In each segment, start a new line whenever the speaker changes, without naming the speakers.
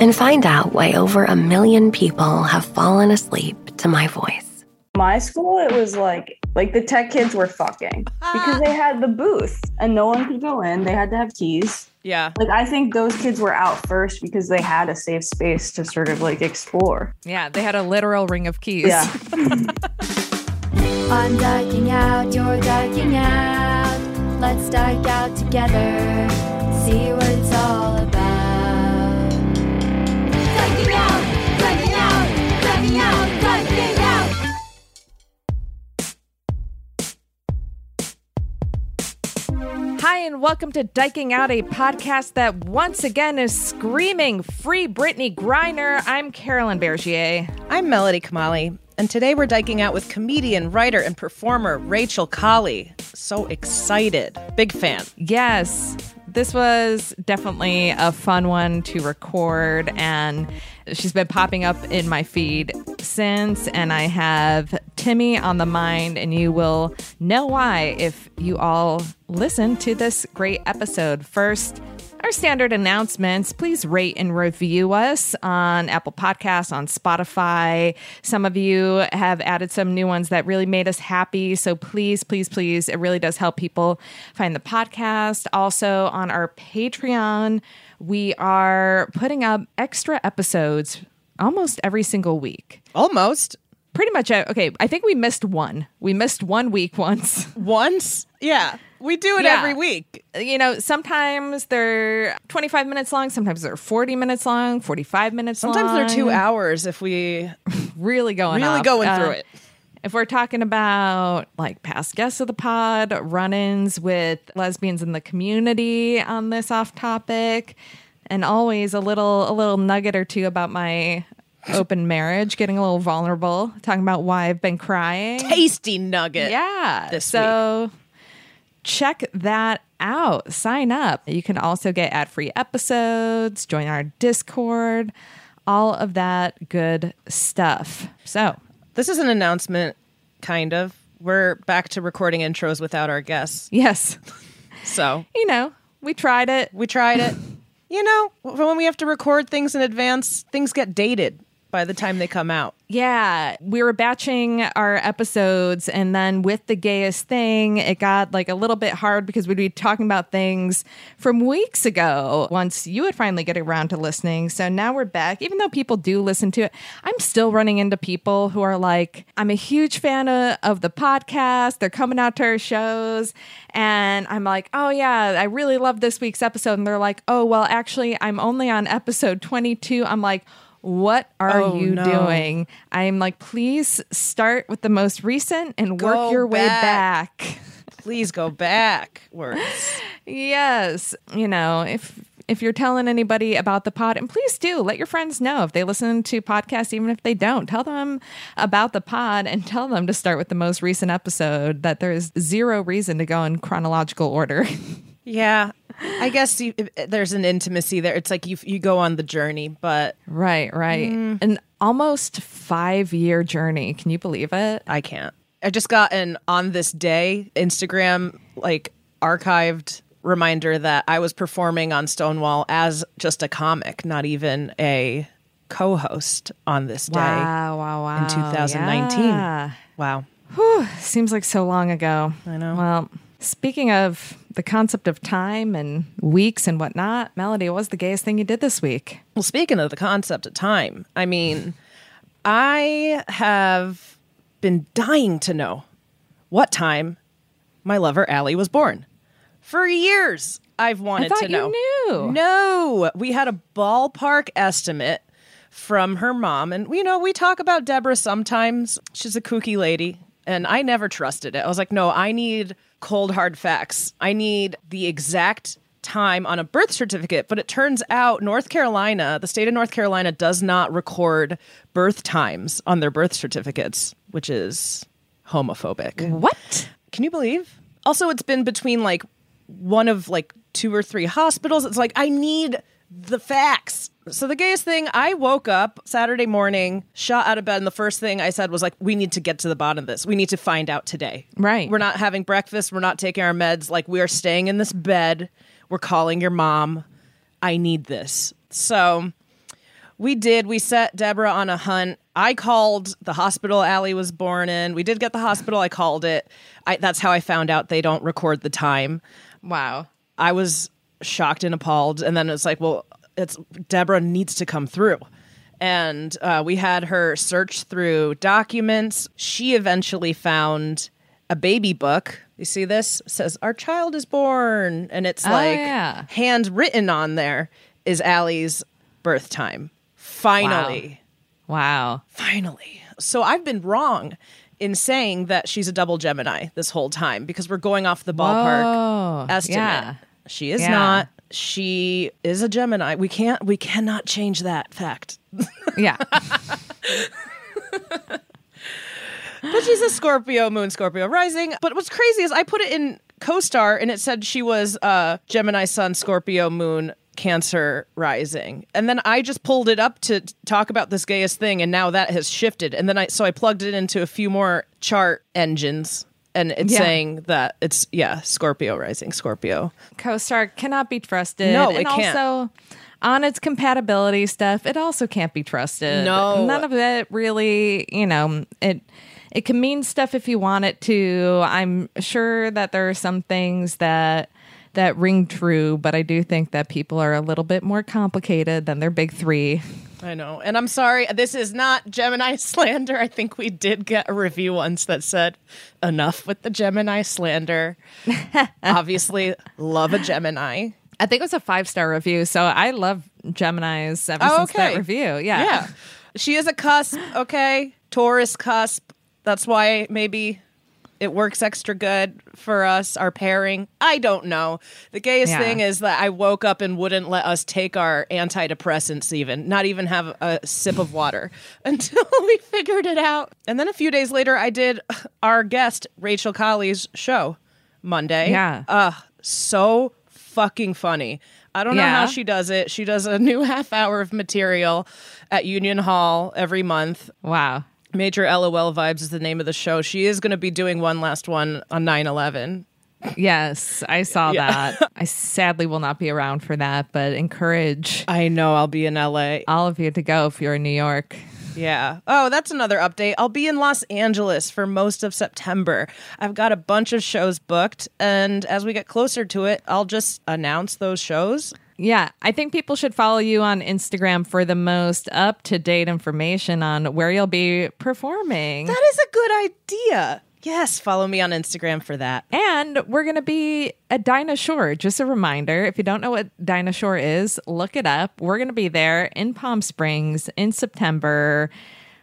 and find out why over a million people have fallen asleep to my voice.
my school it was like like the tech kids were fucking because they had the booth and no one could go in they had to have keys
Yeah.
like i think those kids were out first because they had a safe space to sort of like explore
Yeah. They had a literal ring of keys.
yeah
I'm ducking out, you're ducking out. Let's duck out together, see what it's all about. Ducking out, ducking out, ducking out, ducking out.
Hi, and welcome to Diking Out, a podcast that once again is screaming free Brittany Griner. I'm Carolyn Bergier.
I'm Melody Kamali, and today we're diking out with comedian, writer, and performer Rachel Colley. So excited. Big fan.
Yes, this was definitely a fun one to record, and she's been popping up in my feed since. And I have Timmy on the mind, and you will know why if you all listen to this great episode. First, our standard announcements. Please rate and review us on Apple Podcasts, on Spotify. Some of you have added some new ones that really made us happy. So please, please, please, it really does help people find the podcast. Also, on our Patreon, we are putting up extra episodes almost every single week.
Almost.
Pretty much, uh, okay, I think we missed one. We missed one week once.
Once. Yeah. We do it
Yeah.
every week.
you know, sometimes they're 25 minutes long, sometimes they're 40 minutes long, 45 minutes long.
Sometimes they're two hours if we
Really going
really
up.
going
Uh,
through it.
If we're talking about like past guests of the pod, run ins with lesbians in the community on this off topic, and always a little a little nugget or two about my open marriage, getting a little vulnerable, talking about why I've been crying.
Tasty nugget.
Yeah.
this
so check that out. Sign up. You can also get ad free episodes, join our Discord, all of that good stuff. So,
This is an announcement, kind of. We're back to recording intros without our guests.
yes,
So
you know, we tried it.
we tried it. you know, when we have to record things in advance, things get dated by the time they come out.
Yeah, we were batching our episodes, and then with the gayest thing, it got like a little bit hard because we'd be talking about things from weeks ago once you would finally get around to listening. So now we're back. Even though people do listen to it, I'm still running into people who are like, I'm a huge fan of, of the podcast. They're coming out to our shows. And I'm like, oh, yeah, I really love this week's episode. And they're like, oh, well, actually, I'm only on episode 22. I'm like, What are
Oh,
you
no.
doing? I'm like, please start with the most recent and
Go
work your way
back.
back.
Please go backwards.
Yes, you know, if if you're telling anybody about the pod, and please do let your friends know if they listen to podcasts, even if they don't, tell them about the pod and tell them to start with the most recent episode. That there is zero reason to go in chronological order.
Yeah, I guess you, if- there's an intimacy there. It's like you you go on the journey, but
right, right. An almost five year journey. Can you believe it?
I can't. I just got an on this day Instagram like archived reminder that I was performing on Stonewall as just a comic, not even a co-host on this day
Wow, wow, wow.
in 2019.
Yeah.
Wow.
Seems like so long ago. I know. Well, speaking of the concept of time and weeks and whatnot, Melody, what was the gayest thing you did this week?
Well, speaking of the concept of time, I mean, I have been dying to know what time my lover Allie was born. For years, I've wanted
thought
to
you
know.
knew.
No, we had a ballpark estimate from her mom, and you know we talk about Deborah sometimes. She's a kooky lady, and I never trusted it. I was like, no, I need cold hard facts. I need the exact time on a birth certificate. But it turns out North Carolina, the state of North Carolina, does not record birth times on their birth certificates, which is homophobic.
What?
Can you believe? Also, it's been between like one of like two or three hospitals. It's like, I need the facts. So, the gayest thing, I woke up Saturday morning, shot out of bed, and the first thing I said was, like, we need to get to the bottom of this. We need to find out today.
Right.
We're not having breakfast. We're not taking our meds. Like, we are staying in this bed. We're calling your mom. I need this. So, we did. We set Deborah on a hunt. I called the hospital Allie was born in. We did get the hospital. I called it. I, that's how I found out they don't record the time.
Wow.
I was shocked and appalled. And then it's like, well, it's Deborah needs to come through. And uh, we had her search through documents. She eventually found a baby book. You see this? It says, Our child is born. And it's like
Oh, yeah.
handwritten on there is Allie's birth time. Finally
Wow.
finally. So I've been wrong in saying that she's a double Gemini this whole time because we're going off the ballpark estimate.
yeah.
She is
Yeah.
not. She is a Gemini. We can't we cannot change that fact.
Yeah.
But she's a Scorpio moon, Scorpio rising. But what's crazy is I put it in co-star and it said she was uh Gemini sun, Scorpio moon, Cancer rising. And then I just pulled it up to t- talk about this gayest thing and now that has shifted. And then I so I plugged it into a few more chart engines and it's
Yeah.
saying that it's yeah, Scorpio rising, Scorpio.
Co-star cannot be trusted.
No,
and
it can't.
also on its compatibility stuff, it also can't be trusted.
No.
None of it really, you know, it it can mean stuff if you want it to. I'm sure that there are some things that that ring true, but I do think that people are a little bit more complicated than their big three.
I know. And I'm sorry, this is not Gemini slander. I think we did get a review once that said, enough with the Gemini slander. Obviously, love a Gemini.
I think it was a five star review, so I love Gemini's ever
Oh,
since that
okay.
review. Yeah.
Yeah. She is a cusp, okay? Taurus cusp. That's why maybe it works extra good for us, our pairing. I don't know. The gayest
Yeah.
thing is that I woke up and wouldn't let us take our antidepressants, even, not even have a sip of water until we figured it out. And then a few days later, I did our guest, Rachel Colley's show Monday.
Yeah.
Uh, so fucking funny. I don't know
Yeah.
how she does it. She does a new half hour of material at Union Hall every month.
Wow.
Major LOL Vibes is the name of the show. She is going to be doing one last one on 9 11.
Yes, I saw that. I sadly will not be around for that, but encourage
I know I'll be in LA.
all of you to go if you're in New York.
Yeah. Oh, that's another update. I'll be in Los Angeles for most of September. I've got a bunch of shows booked. And as we get closer to it, I'll just announce those shows.
Yeah, I think people should follow you on Instagram for the most up to date information on where you'll be performing.
That is a good idea. Yes, follow me on Instagram for that.
And we're going to be at Dinosaur. Just a reminder if you don't know what Dinosaur is, look it up. We're going to be there in Palm Springs in September.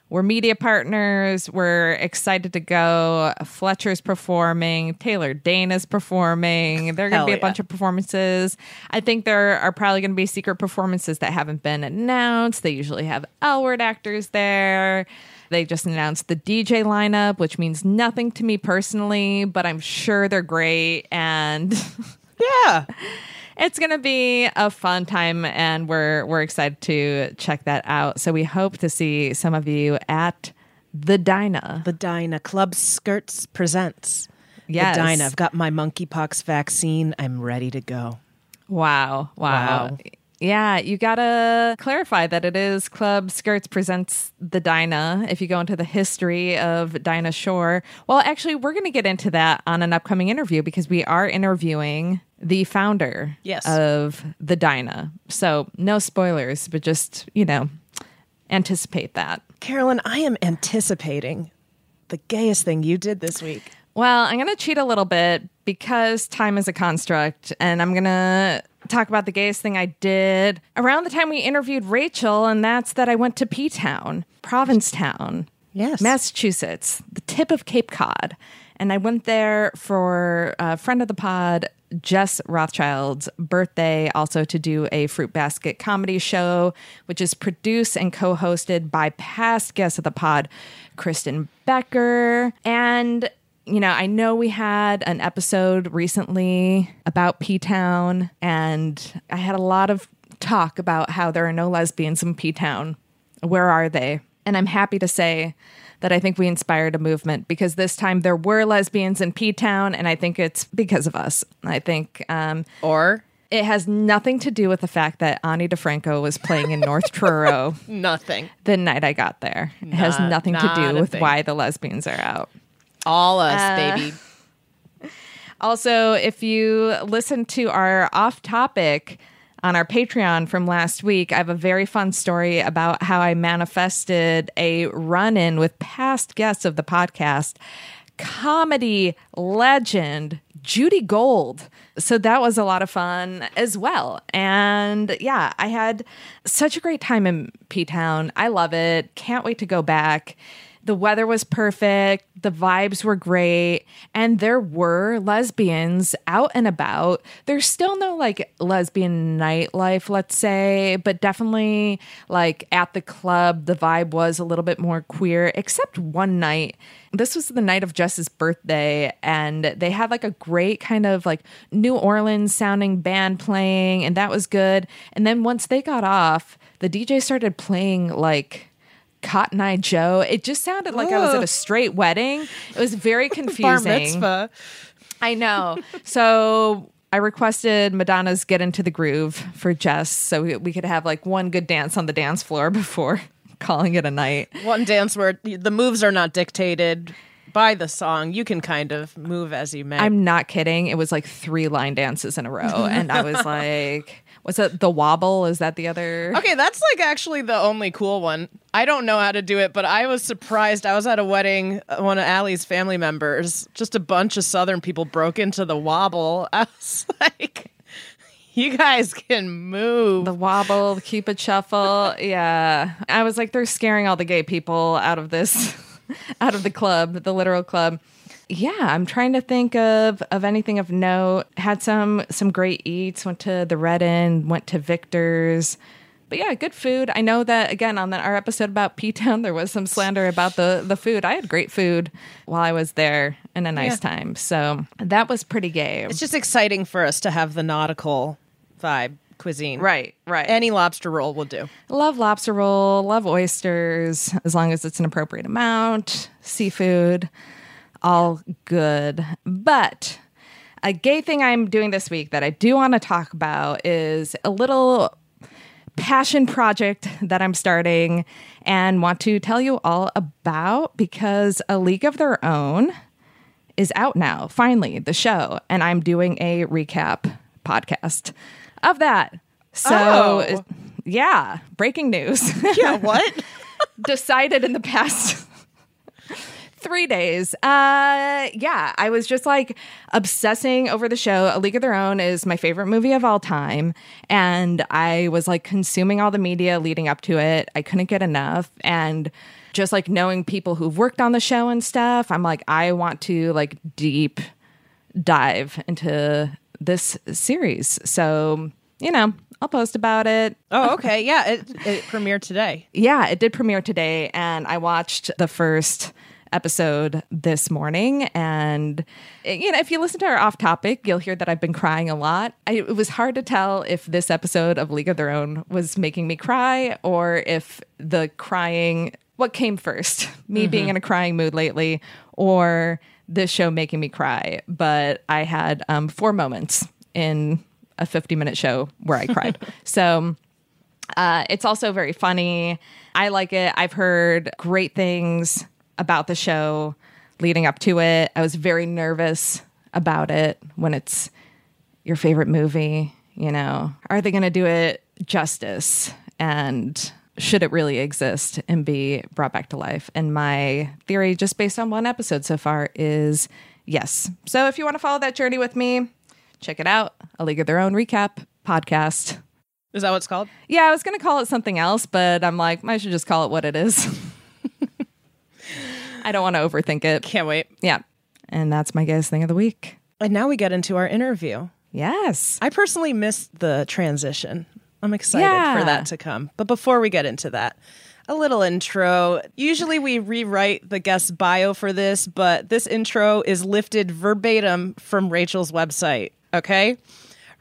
We're media partners. We're excited to go. Fletcher's performing. Taylor Dana's performing. There are going
Hell
to be a
yeah.
bunch of performances. I think there are probably going to be secret performances that haven't been announced. They usually have L word actors there. They just announced the DJ lineup, which means nothing to me personally, but I'm sure they're great. And
Yeah.
it's going to be a fun time and we're we're excited to check that out. So we hope to see some of you at the Dyna.
The Dyna Club Skirts presents.
Yes.
The Dyna. I've got my monkeypox vaccine. I'm ready to go.
Wow, wow.
Wow.
Yeah, you got to clarify that it is Club Skirts presents the Dyna. If you go into the history of Dinah Shore, well, actually, we're going to get into that on an upcoming interview because we are interviewing the founder
Yes.
of the Dyna. So, no spoilers, but just, you know, anticipate that.
Carolyn, I am anticipating the gayest thing you did this week.
Well, I'm going to cheat a little bit because time is a construct, and I'm going to talk about the gayest thing I did around the time we interviewed Rachel, and that's that I went to P Town, Provincetown,
Yes.
Massachusetts, the tip of Cape Cod. And I went there for a friend of the pod, Jess Rothschild's birthday, also to do a fruit basket comedy show, which is produced and co hosted by past guest of the pod, Kristen Becker. And, you know, I know we had an episode recently about P Town, and I had a lot of talk about how there are no lesbians in P Town. Where are they? And I'm happy to say that I think we inspired a movement because this time there were lesbians in P Town, and I think it's because of us. I think um,
Or
it has nothing to do with the fact that Ani DeFranco was playing in North Truro
nothing.
the night I got there. It has nothing to
not
do
a
with
thing.
why the lesbians are out.
All us, baby.
Also, if you listen to our off topic on our Patreon from last week, I have a very fun story about how I manifested a run in with past guests of the podcast, comedy legend Judy Gold. So that was a lot of fun as well. And yeah, I had such a great time in P Town. I love it. Can't wait to go back. The weather was perfect. The vibes were great. And there were lesbians out and about. There's still no like lesbian nightlife, let's say, but definitely like at the club, the vibe was a little bit more queer, except one night. This was the night of Jess's birthday, and they had like a great kind of like New Orleans sounding band playing, and that was good. And then once they got off, the DJ started playing like Cotton Eye Joe. It just sounded like I was at a straight wedding. It was very
Bar
confusing.
mitzvah.
I know. So I requested Madonna's Get Into the Groove for Jess so we, we could have like one good dance on the dance floor before calling it a night.
One dance where the moves are not dictated by the song. You can kind of move as you may.
I'm not kidding. It was like three line dances in a row. And I was like, what's that? The wobble? Is that the other?
Okay, that's like actually the only cool one. I don't know how to do it, but I was surprised. I was at a wedding, uh, one of Allie's family members, just a bunch of Southern people broke into the wobble. I was like, you guys can move.
The wobble, the cupid shuffle. Yeah. I was like, they're scaring all the gay people out of this, out of the club, the literal club. Yeah, I'm trying to think of of anything of note. Had some some great eats. Went to the Red Inn. Went to Victor's. But yeah, good food. I know that again on that, our episode about P Town, there was some slander about the the food. I had great food while I was there and a nice time. So that was pretty gay.
It's just exciting for us to have the nautical vibe cuisine.
right, right.
Any lobster roll will do.
Love lobster roll, love oysters, as long as it's an appropriate amount, seafood, all good. But a gay thing I'm doing this week that I do want to talk about is a little passion project that I'm starting and want to tell you all about because A League of Their Own is out now, finally, the show. And I'm doing a recap podcast of that. So,
Oh.
yeah, breaking news
Yeah, what?
decided in the past three days. Uh, yeah, I was just like obsessing over the show. A League of Their Own is my favorite movie of all time. And I was like consuming all the media leading up to it. I couldn't get enough. And just like knowing people who've worked on the show and stuff, I'm like, I want to like deep dive into this series. So, you know, I'll post about it.
Oh, okay. Yeah, it, it premiered today.
Yeah, it did premiere today, and I watched the first episode this morning. And it- you know, if you listen to our off topic, you'll hear that I've been crying a lot. I, it was hard to tell if this episode of League of Their Own was making me cry or if the crying what came first, me being in a crying mood lately, or this show making me cry. But I had um, four moments in a 50 minute show where I cried. so uh, it's also very funny. I like it. I've heard great things about the show leading up to it. I was very nervous about it when it's your favorite movie. You know, are they going to do it justice? And should it really exist and be brought back to life? And my theory, just based on one episode so far, is yes. So if you want to follow that journey with me, check it out. A League of Their Own recap podcast.
Is that what it's called?
Yeah, I was going to call it something else, but I'm like, I should just call it what it is. I don't want to overthink it.
Can't wait.
Yeah. And that's my guys thing of the week.
And now we get into our interview.
Yes.
I personally missed the transition. I'm excited
Yeah.
for that to come. But before we get into that, a little intro. Usually we rewrite the guest bio for this, but this intro is lifted verbatim from Rachel's website. Okay.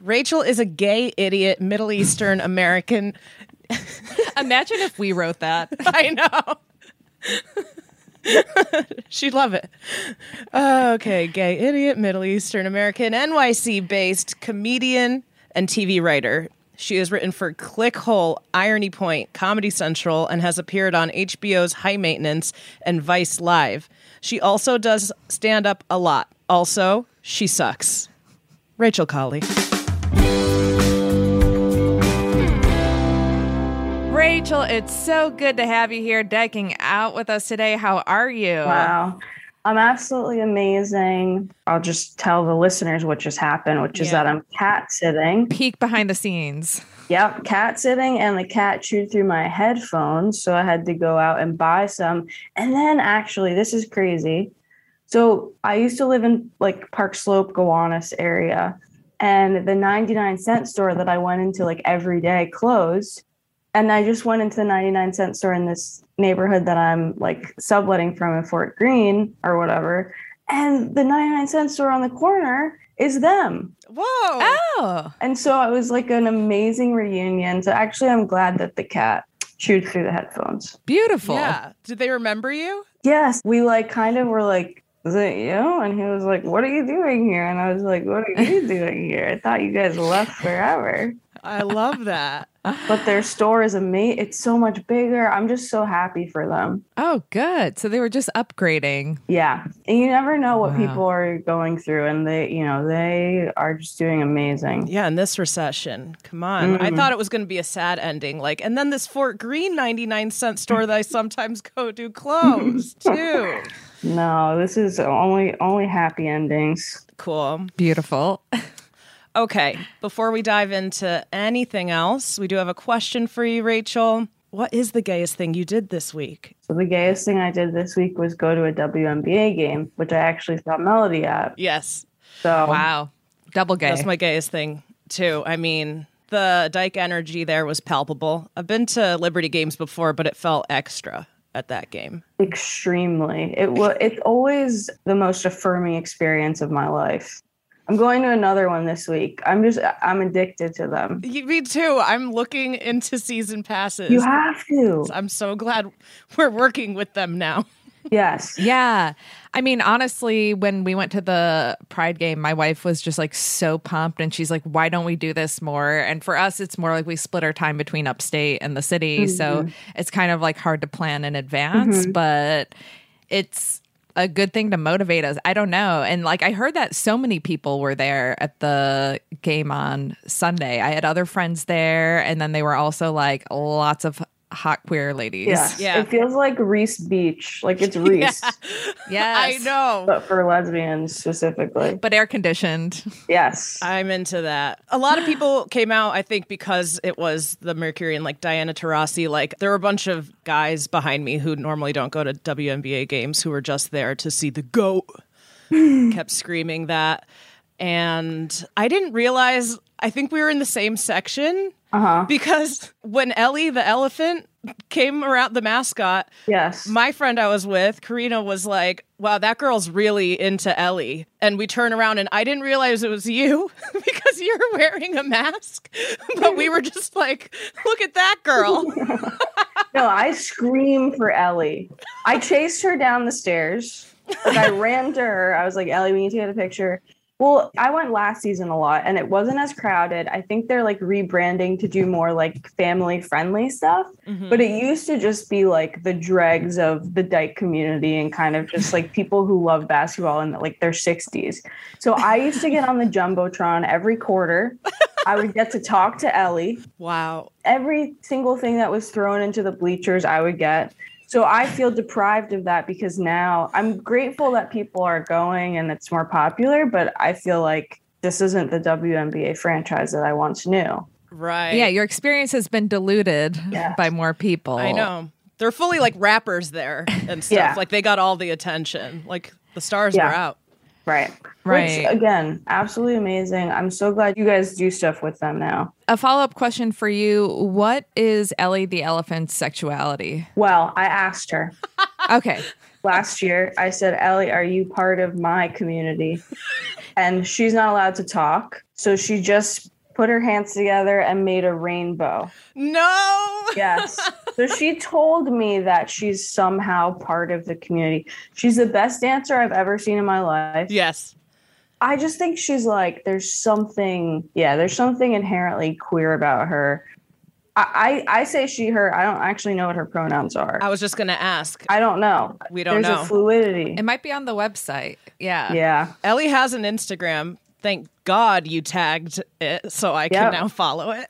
Rachel is a gay idiot, Middle Eastern American.
Imagine if we wrote that.
I know. She'd love it. Okay, gay idiot, Middle Eastern American, NYC based comedian and TV writer. She has written for Clickhole, Irony Point, Comedy Central, and has appeared on HBO's High Maintenance and Vice Live. She also does stand up a lot. Also, she sucks. Rachel Colley.
Rachel, it's so good to have you here decking out with us today. How are you?
Wow. I'm absolutely amazing. I'll just tell the listeners what just happened, which is
Yeah.
that I'm cat sitting.
Peek behind the scenes.
Yep, cat sitting, and the cat chewed through my headphones. So I had to go out and buy some. And then, actually, this is crazy. So I used to live in like Park Slope, Gowanus area, and the 99 cent store that I went into like every day closed. And I just went into the 99 cent store in this neighborhood that I'm like subletting from in Fort Greene or whatever. And the 99 cent store on the corner is them.
Whoa.
Oh.
And so it was like an amazing reunion. So actually, I'm glad that the cat chewed through the headphones.
Beautiful.
Yeah. Did they remember you?
Yes, we like kind of were like, "Is it you?" And he was like, "What are you doing here?" And I was like, "What are you doing here? I thought you guys left forever."
I love that.
But their store is amazing. It's so much bigger. I'm just so happy for them.
Oh, good. So they were just upgrading.
Yeah, and you never know what
Wow.
people are going through, and they, you know, they are just doing amazing.
Yeah, in this recession. Come on. I thought it was going to be a sad ending. Like, and then this Fort Greene 99 cent store that I sometimes go to closed too.
No, this is only only happy endings.
Cool.
Beautiful.
Okay. Before we dive into anything else, we do have a question for you, Rachel. What is the gayest thing you did this week?
So the gayest thing I did this week was go to a WNBA game, which I actually saw Melody at.
Yes.
So
Wow. Double gay.
That's my gayest thing too. I mean, the Dyke energy there was palpable. I've been to Liberty games before, but it felt extra at that game.
extremely, it was. It's always the most affirming experience of my life. I'm going to another one this week. I'm just I'm addicted to them.
Y- Me too. I'm looking into season passes.
You have to.
I'm so glad we're working with them now.
Yes.
Yeah. I mean, honestly, when we went to the Pride game, my wife was just like so pumped and she's like, why don't we do this more? And for us, it's more like we split our time between upstate and the city.
Mm-hmm.
So it's kind of like hard to plan in advance, but it's a good thing to motivate us. I don't know. And like I heard that so many people were there at the game on Sunday. I had other friends there and then they were also like lots of hot queer ladies.
Yeah.
Yeah.
It feels like Reese Beach. Like it's Reese,
Yes.
I know.
but for lesbians specifically.
But air conditioned.
Yes.
I'm into that. A lot of people came out, I think, because it was the Mercury and like Diana Taurasi. Like there were a bunch of guys behind me who normally don't go to WNBA games who were just there to see the goat. Kept screaming that, and I didn't realize. I think we were in the same section Uh-huh. because when Ellie the elephant came around, the mascot,
yes.
my friend I was with, Karina, was like, wow, that girl's really into Ellie. And we turn around and I didn't realize it was you because you're wearing a mask. But we were just like, look at that girl.
No, I scream for Ellie. I chased her down the stairs. Like I ran to her. I was like, Ellie, we need to get a picture. Well, I went last season a lot and it wasn't as crowded. I think they're like rebranding to do more like family friendly stuff. But it used to just be like the dregs of the dyke community and kind of just like people who love basketball in like their 60s. So I used to get on the Jumbotron every quarter. I would get to talk to Ellie
Wow.
every single thing that was thrown into the bleachers I would get. So I feel deprived of that because now I'm grateful that people are going and it's more popular, but I feel like this isn't the WNBA franchise that I once knew.
Right.
Yeah, your experience has been diluted
Yes.
by more people.
I know. They're fully like rappers there and stuff.
Oh. Yeah.
Like they got all the attention. Like the stars
Yeah.
were out.
Right.
Right.
Which, again, absolutely amazing. I'm so glad you guys do stuff with them now.
A follow up question for you What is Ellie the elephant's sexuality?
Well, I asked her
Okay.
last year, I said, Ellie, are you part of my community? And she's not allowed to talk. So she just put her hands together and made a rainbow.
No.
Yes. So she told me that she's somehow part of the community. She's the best dancer I've ever seen in my life.
Yes.
I just think she's like, there's something, yeah, there's something inherently queer about her. I, I, I say she, her. I don't actually know what her pronouns are.
I was just going to ask.
I don't know.
Uh, We don't
there's
know.
a fluidity.
It might be on the website. Yeah.
Yeah.
Ellie has an Instagram. Thank God you tagged it so I can
Yep.
now follow it.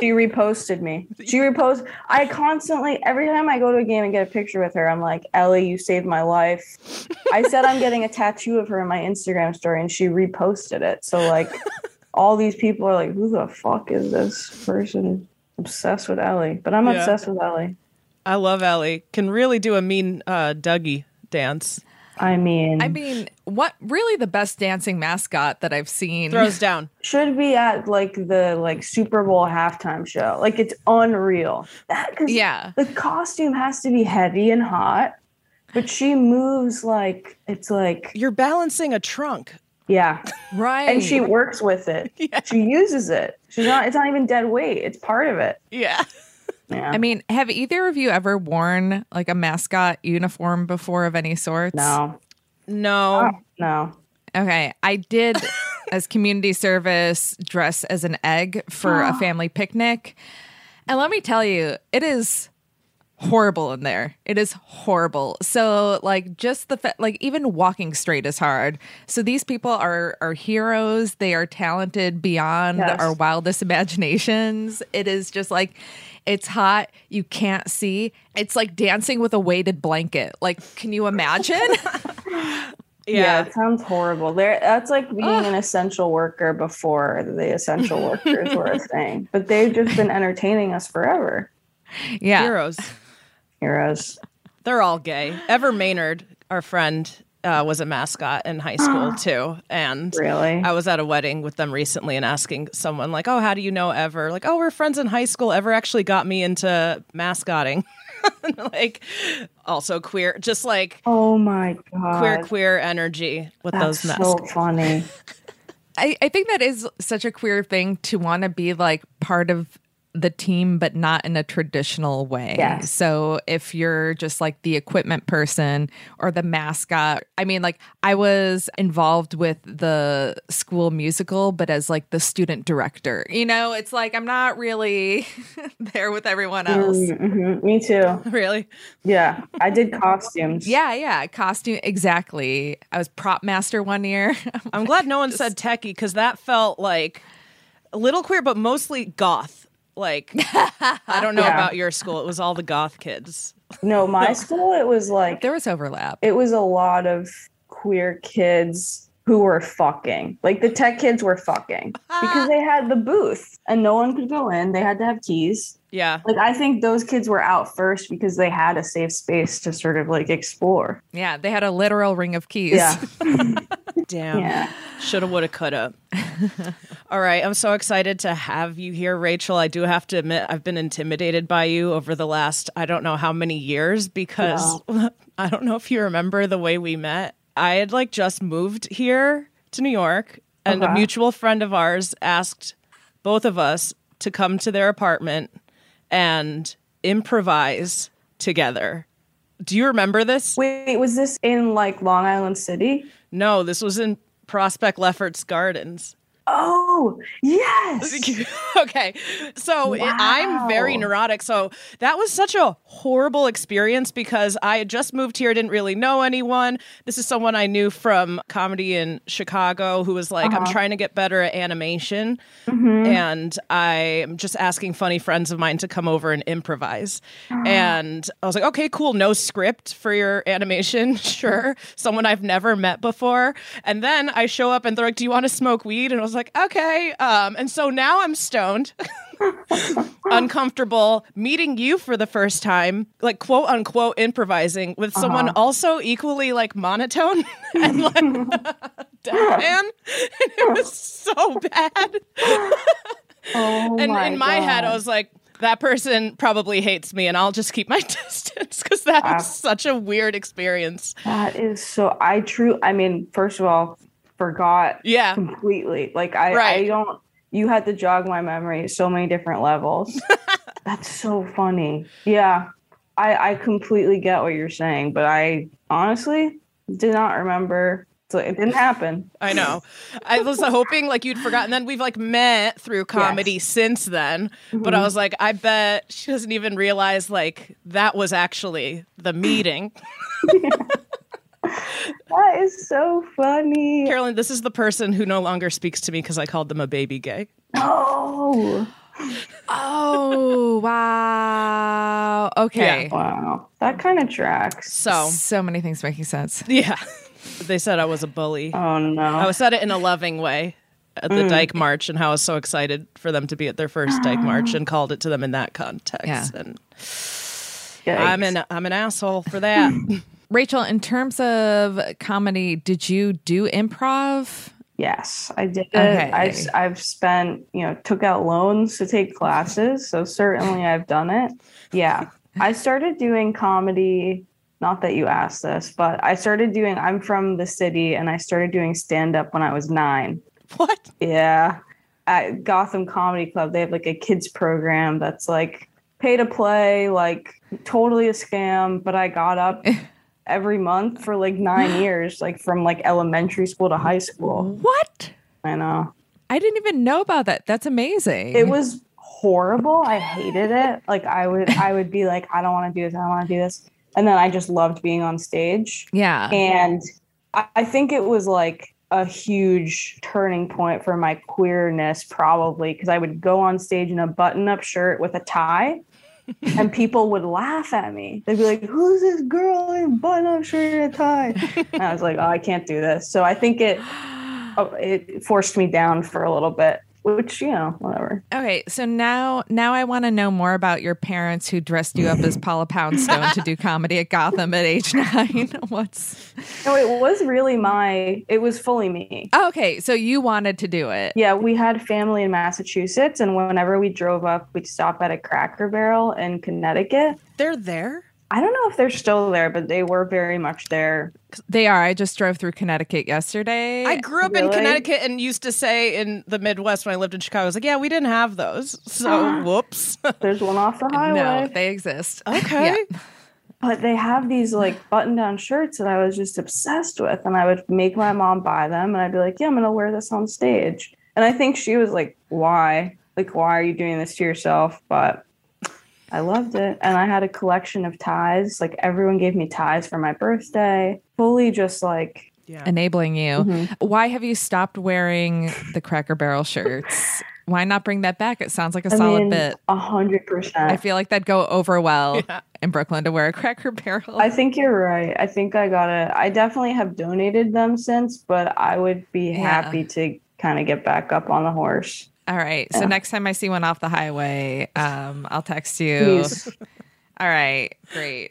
She reposted me. She reposted. I constantly, every time I go to a game and get a picture with her, I'm like, Ellie, you saved my life. I said I'm getting a tattoo of her in my Instagram story, and she reposted it. So, like, all these people are like, who the fuck is this person obsessed with Ellie? But I'm
Yeah.
obsessed with Ellie.
I love Ellie. Can really do a mean uh, Dougie dance.
I mean,
I mean, what really the best dancing mascot that I've seen?
Throws down.
should be at like the like Super Bowl halftime show. Like, it's unreal. That, cause
Yeah.
the costume has to be heavy and hot. But she moves like it's like
You're balancing a trunk.
Yeah.
Right.
And she works with it. She uses it. She's not it's not even dead weight. It's part of it.
Yeah.
Yeah.
I mean, have either of you ever worn like a mascot uniform before of any sorts?
no.
No.
No.
Okay. I did as community service dress as an egg for a family picnic. And let me tell you, it is horrible in there. It is horrible. So like just the fa- like even walking straight is hard. So these people are are heroes. They are talented beyond
Yes.
our wildest imaginations. It is just like it's hot. You can't see. It's like dancing with a weighted blanket. Like can you imagine?
Yeah. it sounds horrible. There that's like being an essential worker before the essential workers were a thing. But they've just been entertaining us forever.
yeah.
Heroes.
Heroes.
They're all gay. Ever Maynard, our friend, uh, was a mascot in high school too. And
Really?
I was at a wedding with them recently and asking someone, like, oh, how do you know Ever? Like, oh, we're friends in high school. Ever actually got me into mascotting. like, also queer, just like
Oh my god.
queer, queer energy with
That's
those
so
mascots.
funny.
I, I think that is such a queer thing to want to be like part of the team, but not in a traditional way.
Yeah.
So if you're just like the equipment person or the mascot, I mean, like I was involved with the school musical, but as like the student director, you know, it's like I'm not really there with everyone else.
Mhm. Me too.
really?
Yeah. I did costumes.
Yeah, yeah. Costume, exactly. I was prop master one year.
I'm glad no one said techie because that felt like a little queer, but mostly goth. Like, I don't know about your school. It was all the goth kids.
No, my school, it was like
There was overlap.
it was a lot of queer kids who were fucking. Like the tech kids were fucking because they had the booth and no one could go in. They had to have keys.
Yeah.
Like I think those kids were out first because they had a safe space to sort of like explore.
Yeah, they had a literal ring of keys.
Yeah.
Damn.
Yeah.
Shoulda, woulda, coulda. All right. I'm so excited to have you here, Rachel. I do have to admit, I've been intimidated by you over the last, I don't know how many years, because I don't know if you remember the way we met. I had like just moved here to New York, and a mutual friend of ours asked both of us to come to their apartment and improvise together. Do you remember this?
Wait, was this in like Long Island City?
No, this was in Prospect Lefferts Gardens.
Oh, yes.
okay. So it- I'm very neurotic. So that was such a horrible experience because I had just moved here, didn't really know anyone. This is someone I knew from comedy in Chicago who was like, I'm trying to get better at animation. And I'm just asking funny friends of mine to come over and improvise. And I was like, okay, cool. No script for your animation. Sure. Someone I've never met before. And then I show up and they're like, do you want to smoke weed? And I was like, okay. Um, and so now I'm stoned, uncomfortable, meeting you for the first time, like quote unquote improvising with someone also equally like monotone and like deaf man. And it was so bad
Oh
and
my
in my head, I
God.
was like, that person probably hates me, and I'll just keep my distance because that
Ah.
was such a weird experience.
that is so I true I mean, first of all, forgot
Yeah.
completely. Like I,
Right.
I don't. You had to jog my memory so many different levels. That's so funny. Yeah, I I completely get what you're saying, but I honestly did not remember. So it didn't happen.
I know. I was hoping like you'd forgotten. Then we've like met through comedy since then. But
Mm-hmm.
I was like, I bet she doesn't even realize like that was actually the meeting.
That is so funny.
Carolyn, this is the person who no longer speaks to me because I called them a baby gay.
Oh
Oh, wow. Okay.
wow, that kind of tracks.
So
So many things making sense.
yeah, they said I was a bully.
Oh
I
no,
was said it in a loving way at the Dyke March and how I was so excited for them to be at their first Dyke March and called it to them in that context.
Yeah.
And
Yikes.
I'm an I'm an asshole for that.
Rachel, in terms of comedy, did you do improv?
Yes, I did.
Okay.
I've I've spent you know took out loans to take classes, so certainly I've done it. Yeah, I started doing comedy. Not that you asked this, but I started doing. I'm from the city, and I started doing stand up when I was nine.
what?
Yeah, at Gotham Comedy Club, they have like a kids program that's like pay to play, like totally a scam. But I got up every month for like nine years, like from like elementary school to high school.
What?
I know.
I didn't even know about that. That's amazing.
It was horrible. I hated it. Like I would I would be like, I don't want to do this, I don't want to do this. And then I just loved being on stage.
yeah.
And I, I think it was like a huge turning point for my queerness, probably, because I would go on stage in a button up shirt with a tie. and people would laugh at me. They'd be like, "Who's this girl in a button-up shirt and a tie?" And I was like, "Oh, I can't do this." So I think it oh, it forced me down for a little bit, which you know, whatever.
Okay, so now now I want to know more about your parents who dressed you up as Paula Poundstone to do comedy at Gotham at age 9. What's
No, it was really my. It was fully me.
Okay, so you wanted to do it.
Yeah, we had family in Massachusetts, and whenever we drove up, we'd stop at a Cracker Barrel in Connecticut.
They're there?
I don't know if they're still there, but they were very much there.
They are. I just drove through Connecticut yesterday.
I grew up in
Really?
Connecticut and used to say in the Midwest when I lived in Chicago, I was like, yeah, we didn't have those. So whoops.
There's one off the highway,
no, they exist.
okay.
but they have these like button-down shirts that I was just obsessed with, and I would make my mom buy them, and I'd be like, "Yeah, I'm gonna wear this on stage." And I think she was like, "Why? Like, why are you doing this to yourself?" But I loved it, and I had a collection of ties. Like everyone gave me ties for my birthday. Fully, just like
enabling you.
Mm-hmm.
Why have you stopped wearing the Cracker Barrel shirts? Why not bring that back? It sounds like a
I
solid
mean,
bit.
a hundred percent.
I feel like that'd go over well in Brooklyn to wear a Cracker Barrel.
I think you're right. I think I gotta. I definitely have donated them since, but I would be happy to kind of get back up on the horse.
All right. So next time I see one off the highway, um, I'll text you.
Please.
All right, great.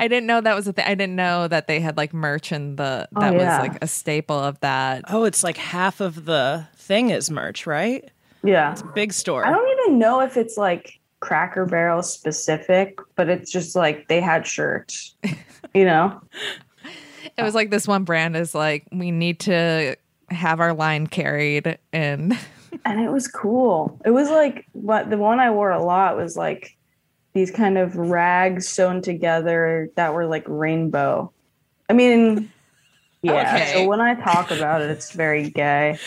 I didn't know that was a thing. I didn't know that they had like merch and the that
Oh, yeah.
was like a staple of that.
Oh, it's like half of the thing is merch, right?
Yeah,
Big store.
I don't even know if it's like Cracker Barrel specific, but it's just like they had shirts. You know?
It was like this one brand is like we need to have our line carried and
and it was cool. It was like what the one I wore a lot was like these kind of rags sewn together that were like rainbow. I mean, yeah.
Okay.
So when I talk about it, it's very gay.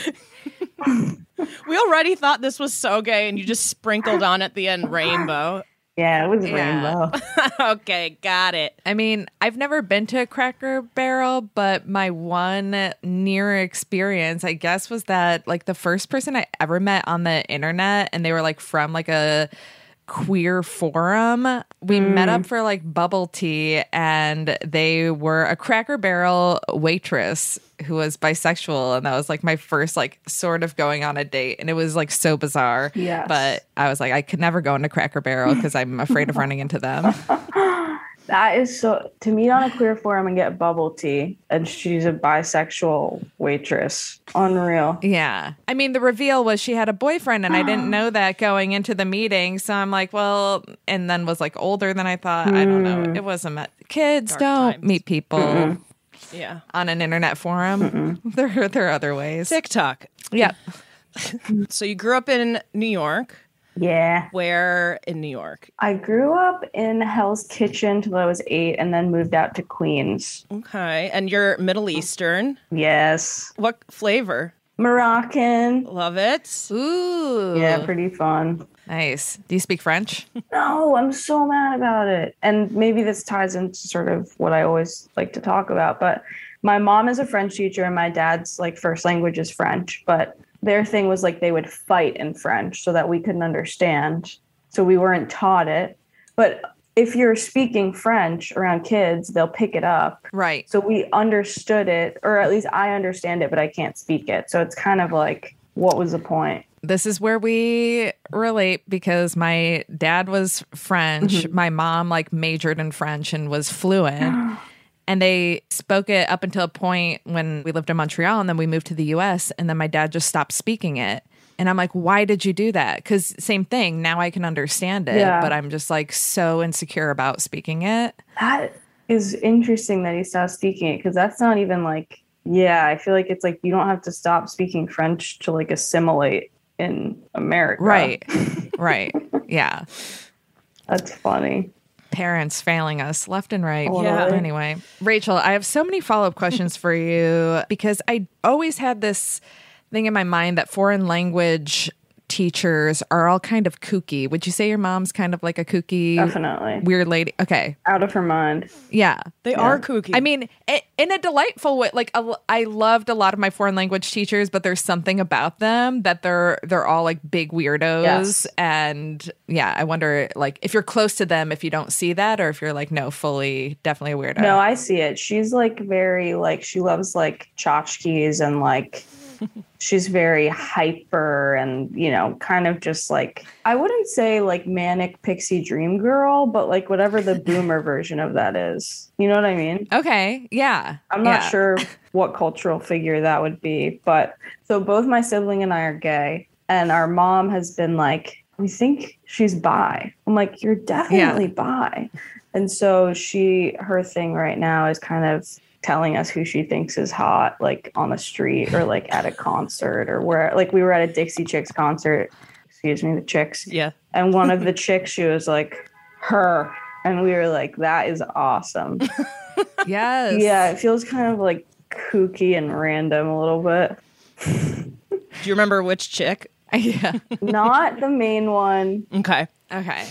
We already thought this was so gay, and you just sprinkled on at the end rainbow.
Yeah, it was
Yeah.
rainbow.
okay, got it.
I mean, I've never been to a Cracker Barrel, but my one near experience, I guess, was that like the first person I ever met on the internet, and they were like from like a queer forum. We met up for like bubble tea, and they were a Cracker Barrel waitress who was bisexual, and that was like my first like sort of going on a date, and it was like so bizarre.
Yes.
but I was like, I could never go into Cracker Barrel because I'm afraid of running into them.
That is so to meet on a queer forum and get bubble tea, and she's a bisexual waitress. Unreal.
Yeah. I mean, the reveal was she had a boyfriend, and I didn't know that going into the meeting. So I'm like, well, and then was like older than I thought. I don't know. It wasn't met. Kids don't
times.
meet people
Yeah.
on an internet forum. There, there are other ways.
TikTok.
Yeah.
So you grew up in New York.
Yeah.
Where in New York?
I grew up in Hell's Kitchen till I was eight and then moved out to Queens.
Okay. And you're Middle Eastern.
Yes.
What flavor?
Moroccan.
Love it.
Ooh.
Yeah, pretty fun.
Nice. Do you speak French?
No, I'm so mad about it. And maybe this ties into sort of what I always like to talk about, but my mom is a French teacher and my dad's like first language is French, but their thing was like they would fight in French so that we couldn't understand. So we weren't taught it. But if you're speaking French around kids, they'll pick it up.
Right.
So we understood it, or at least I understand it, but I can't speak it. So it's kind of like, what was the point?
this is where we relate because my dad was French. My mom like majored in French and was fluent. and they spoke it up until a point when we lived in Montreal and then we moved to the US and then my dad just stopped speaking it. And I'm like, why did you do that? Because same thing. Now I can understand it,
Yeah.
but I'm just like so insecure about speaking it.
That is interesting that he stopped speaking it because that's not even like, yeah, I feel like it's like you don't have to stop speaking French to like assimilate in America.
Right. right. Yeah.
That's funny.
parents failing us left and right.
Yeah.
Anyway, Rachel, I have so many follow up questions for you because I always had this thing in my mind that foreign language teachers are all kind of kooky. Would you say your mom's kind of like a kooky,
Definitely.
weird lady? Okay.
Out of her mind.
Yeah.
They are kooky.
I mean, i- in a delightful way. Like a l- I loved a lot of my foreign language teachers, but there's something about them that they're they're all like big weirdos,
Yes.
and yeah, I wonder like if you're close to them, if you don't see that, or if you're like no, fully definitely a weirdo.
No, I see it. She's like very like she loves like tchotchkes and like she's very hyper and you know, kind of just like I wouldn't say like manic pixie dream girl, but like whatever the boomer version of that is. You know what I mean?
okay, yeah,
I'm not
Yeah.
sure what cultural figure that would be, but so both my sibling and I are gay, and our mom has been like, we think she's bi. I'm like, you're definitely bi. And so she, her thing right now is kind of telling us who she thinks is hot, like on the street or like at a concert or where, like we were at a Dixie Chicks concert. Excuse me, the chicks
Yeah.
and one of the chicks she was like her and we were like that is awesome
yes,
yeah it feels kind of like kooky and random a little bit
Do you remember which chick?
yeah.
not the main one
Okay.
Okay,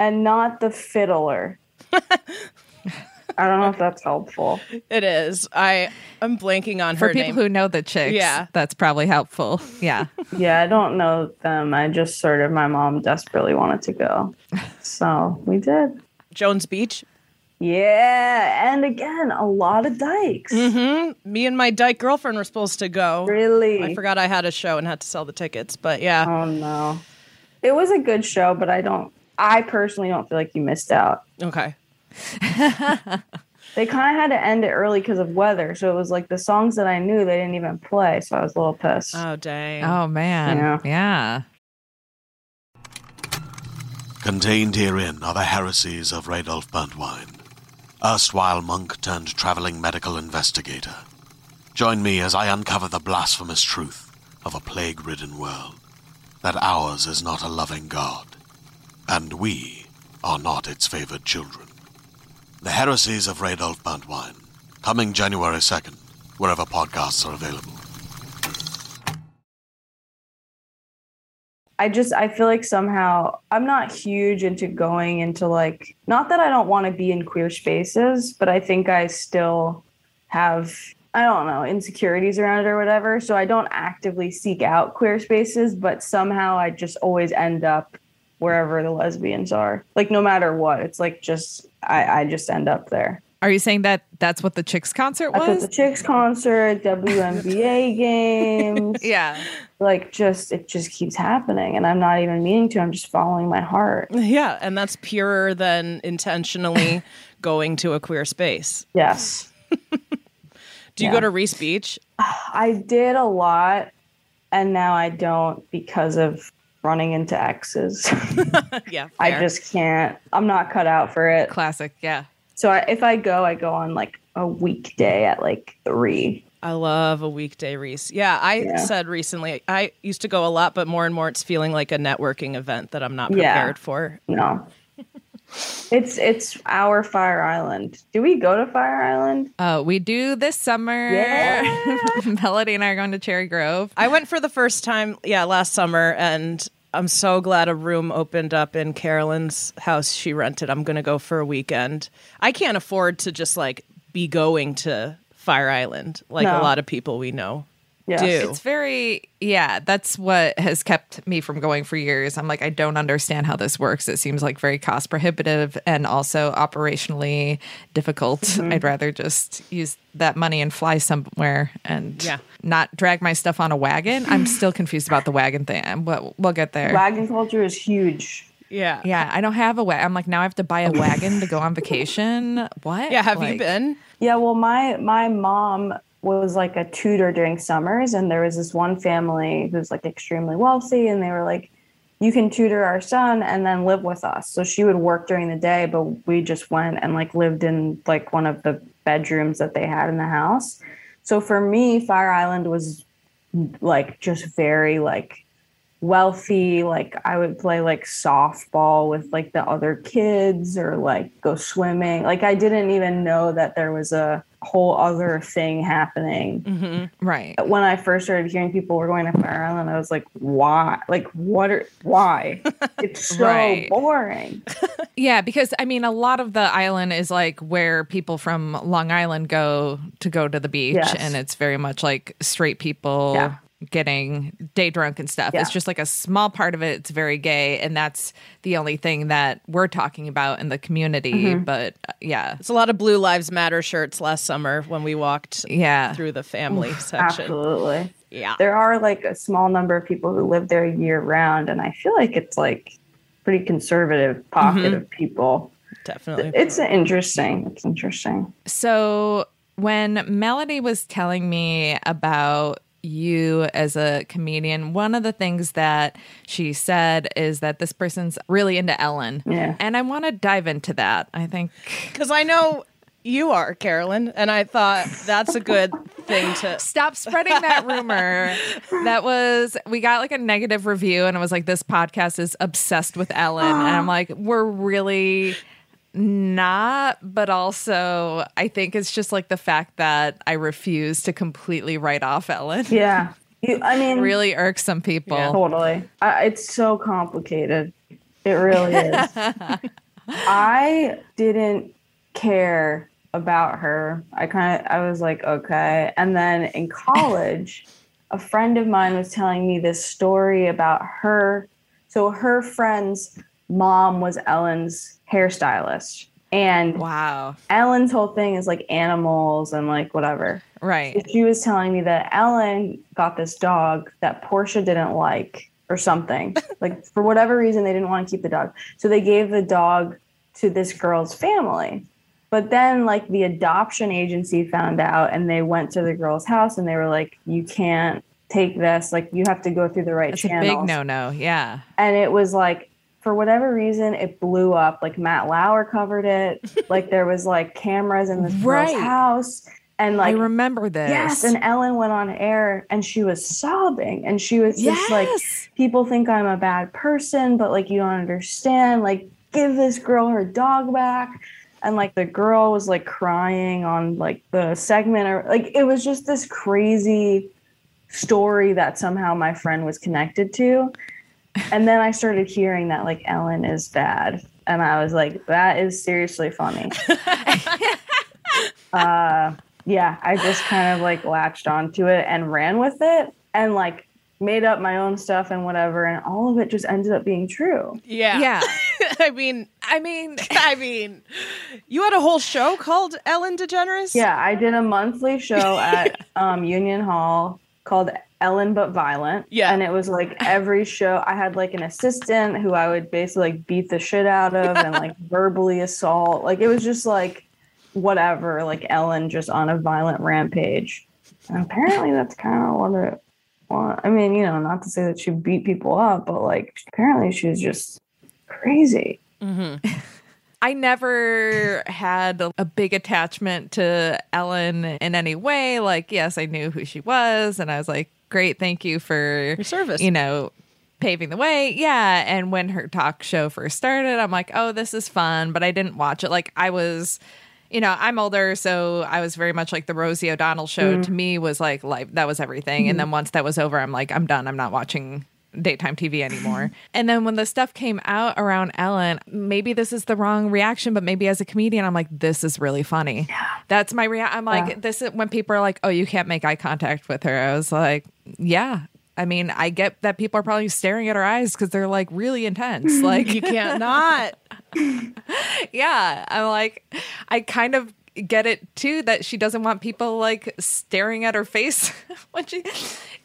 and not the fiddler I don't know if that's helpful.
It is. I I'm blanking on
For
her
people
name.
who know the chicks,
Yeah.
that's probably helpful. Yeah.
Yeah, I don't know them. I just sort of, my mom desperately wanted to go. So we did.
Jones Beach.
Yeah. And again, a lot of dikes.
Me and my dyke girlfriend were supposed to go.
Really?
I forgot I had a show and had to sell the tickets, but yeah.
Oh, no. It was a good show, but I don't, I personally don't feel like you missed out.
Okay.
They kind of had to end it early because of weather. So it was like the songs that I knew they didn't even play. So I was a little pissed.
Oh dang.
Oh man.
Yeah.
yeah.
Contained herein are the heresies of Radolf Buntwine, erstwhile monk turned traveling medical investigator. Join me as I uncover the blasphemous truth of a plague ridden world that ours is not a loving God, and we are not its favored children. The heresies of Radolf Buntwine, coming January 2nd, wherever podcasts are available.
I just I feel like somehow I'm not huge into going into like not that I don't want to be in queer spaces, but I think I still have I don't know insecurities around it or whatever. So I don't actively seek out queer spaces, but somehow I just always end up wherever the lesbians are. Like no matter what, it's like just I, I just end up there.
Are you saying that that's what the chicks concert
I put
was?
the chicks concert, WNBA games,
yeah.
like just it just keeps happening, and I'm not even meaning to. I'm just following my heart.
Yeah, and that's purer than intentionally going to a queer space.
Yes.
Do you
Yeah.
go to Reese Beach?
I did a lot and now I don't because of running into exes.
yeah.
I
fair.
just can't. I'm not cut out for it.
Classic. Yeah.
So I, if I go, I go on like a weekday at like three.
I love a weekday Reese. Yeah, I
Yeah.
said recently I used to go a lot, but more and more it's feeling like a networking event that I'm not
Yeah.
prepared for.
No. It's it's our Fire Island. Do we go to Fire Island?
Uh, we do this summer.
Yeah.
Melody and I are going to Cherry Grove.
I went for the first time, yeah, last summer, and I'm so glad a room opened up in Carolyn's house she rented. I'm going to go for a weekend. I can't afford to just like be going to Fire Island like a
No.
lot of people we know.
Yes.
Do.
It's very, yeah, that's what has kept me from going for years. I'm like, I don't understand how this works. It seems like very cost prohibitive and also operationally difficult.
Mm-hmm.
I'd rather just use that money and fly somewhere and
Yeah.
not drag my stuff on a wagon. I'm still confused about the wagon thing. We'll, we'll get there.
Wagon culture is huge.
Yeah.
yeah, I don't have a wagon. I'm like, now I have to buy a wagon to go on vacation. What?
Yeah, have
Like-
you been?
Yeah, well, my my mom was like a tutor during summers, and there was this one family who's like extremely wealthy, and they were like, "You can tutor our son and then live with us." So she would work during the day, but we just went and like lived in like one of the bedrooms that they had in the house. So for me, Fire Island was like just very like wealthy like i would play like softball with like the other kids or like go swimming like i didn't even know that there was a whole other thing happening
Right.
when i first started hearing people were going to fire island i was like why like what are why it's so
Right.
boring
Yeah, because I mean, a lot of the island is like where people from Long Island go to go to the beach,
Yes.
and it's very much like straight people
Yeah.
getting day drunk and stuff. It's
Yeah.
just like a small part of it. It's very gay, and that's the only thing that we're talking about in the community.
Mm-hmm.
But uh, yeah,
It's a lot of Blue Lives Matter shirts last summer when we walked
yeah,
through the family section.
absolutely
Yeah.
there are like a small number of people who live there year round and i feel like it's like pretty conservative pocket of people
Definitely.
it's interesting it's interesting
So when Melody was telling me about you as a comedian, one of the things that she said is that this person's really into Ellen.
Yeah.
And I want to dive into that. I think
Because I know you are, Carolyn, and I thought that's a good thing to.
stop spreading that rumor. that was we got like a negative review and it was like this podcast is obsessed with Ellen and I'm like we're really not but also I think it's just like the fact that I refuse to completely write off Ellen.
Yeah. You, I mean,
really irks some people.
totally. I, it's so complicated. It really is. I didn't care about her. I kind of I was like, okay. And then in college, a friend of mine was telling me this story about her. So her friend's mom was Ellen's hairstylist. And
Wow.
Ellen's whole thing is like animals and like whatever.
Right.
She was telling me that Ellen got this dog that Portia didn't like or something. like for whatever reason they didn't want to keep the dog. So they gave the dog to this girl's family. But then like the adoption agency found out and they went to the girl's house and they were like you can't take this like you have to go through the right
That's
channels.
a big no no. Yeah.
And it was like for whatever reason it blew up like Matt Lauer covered it. like there was like cameras in this
Right.
girl's house and like
I remember this.
Yes, and Ellen went on air and she was sobbing and she was just like,
Yes.
people think I'm a bad person, but like you don't understand. Like, give this girl her dog back. And like the girl was like crying on like the segment or like it was just this crazy story that somehow my friend was connected to. And then I started hearing that like Ellen is bad. And I was like, that is seriously funny. uh, yeah, I just kind of like latched onto it and ran with it and like made up my own stuff and whatever. And all of it just ended up being true.
Yeah.
yeah.
I mean,
I mean,
I mean, you had a whole show called Ellen DeGeneres.
Yeah, I did a monthly show at um, Union Hall called Ellen But Violent.
Yeah.
And it was like every show, I had like an assistant who I would basically like beat the shit out of and like verbally assault. Like it was just like whatever, like Ellen just on a violent rampage. And apparently that's kind of what it was. I mean, you know, not to say that she beat people up, but like apparently she was just crazy.
I never had a, a big attachment to Ellen in any way. Like, yes, I knew who she was, and I was like, great, thank you for
Your service.
You know, paving the way. Yeah. And when her talk show first started, I'm like, oh, this is fun, but I didn't watch it. Like, I was. You know, I'm older, so I was very much like the Rosie O'Donnell show to me was like life. That was everything. And then once that was over, I'm like, I'm done. I'm not watching daytime TV anymore. and then when the stuff came out around Ellen, maybe this is the wrong reaction, but maybe as a comedian, I'm like, this is really funny. That's my reaction. I'm like, this is when people are like, oh, you can't make eye contact with her. I was like, yeah. I mean, I get that people are probably staring at her eyes because they're like really intense. Like,
You can't not.
yeah, I'm like, I kind of get it too that she doesn't want people like staring at her face when she,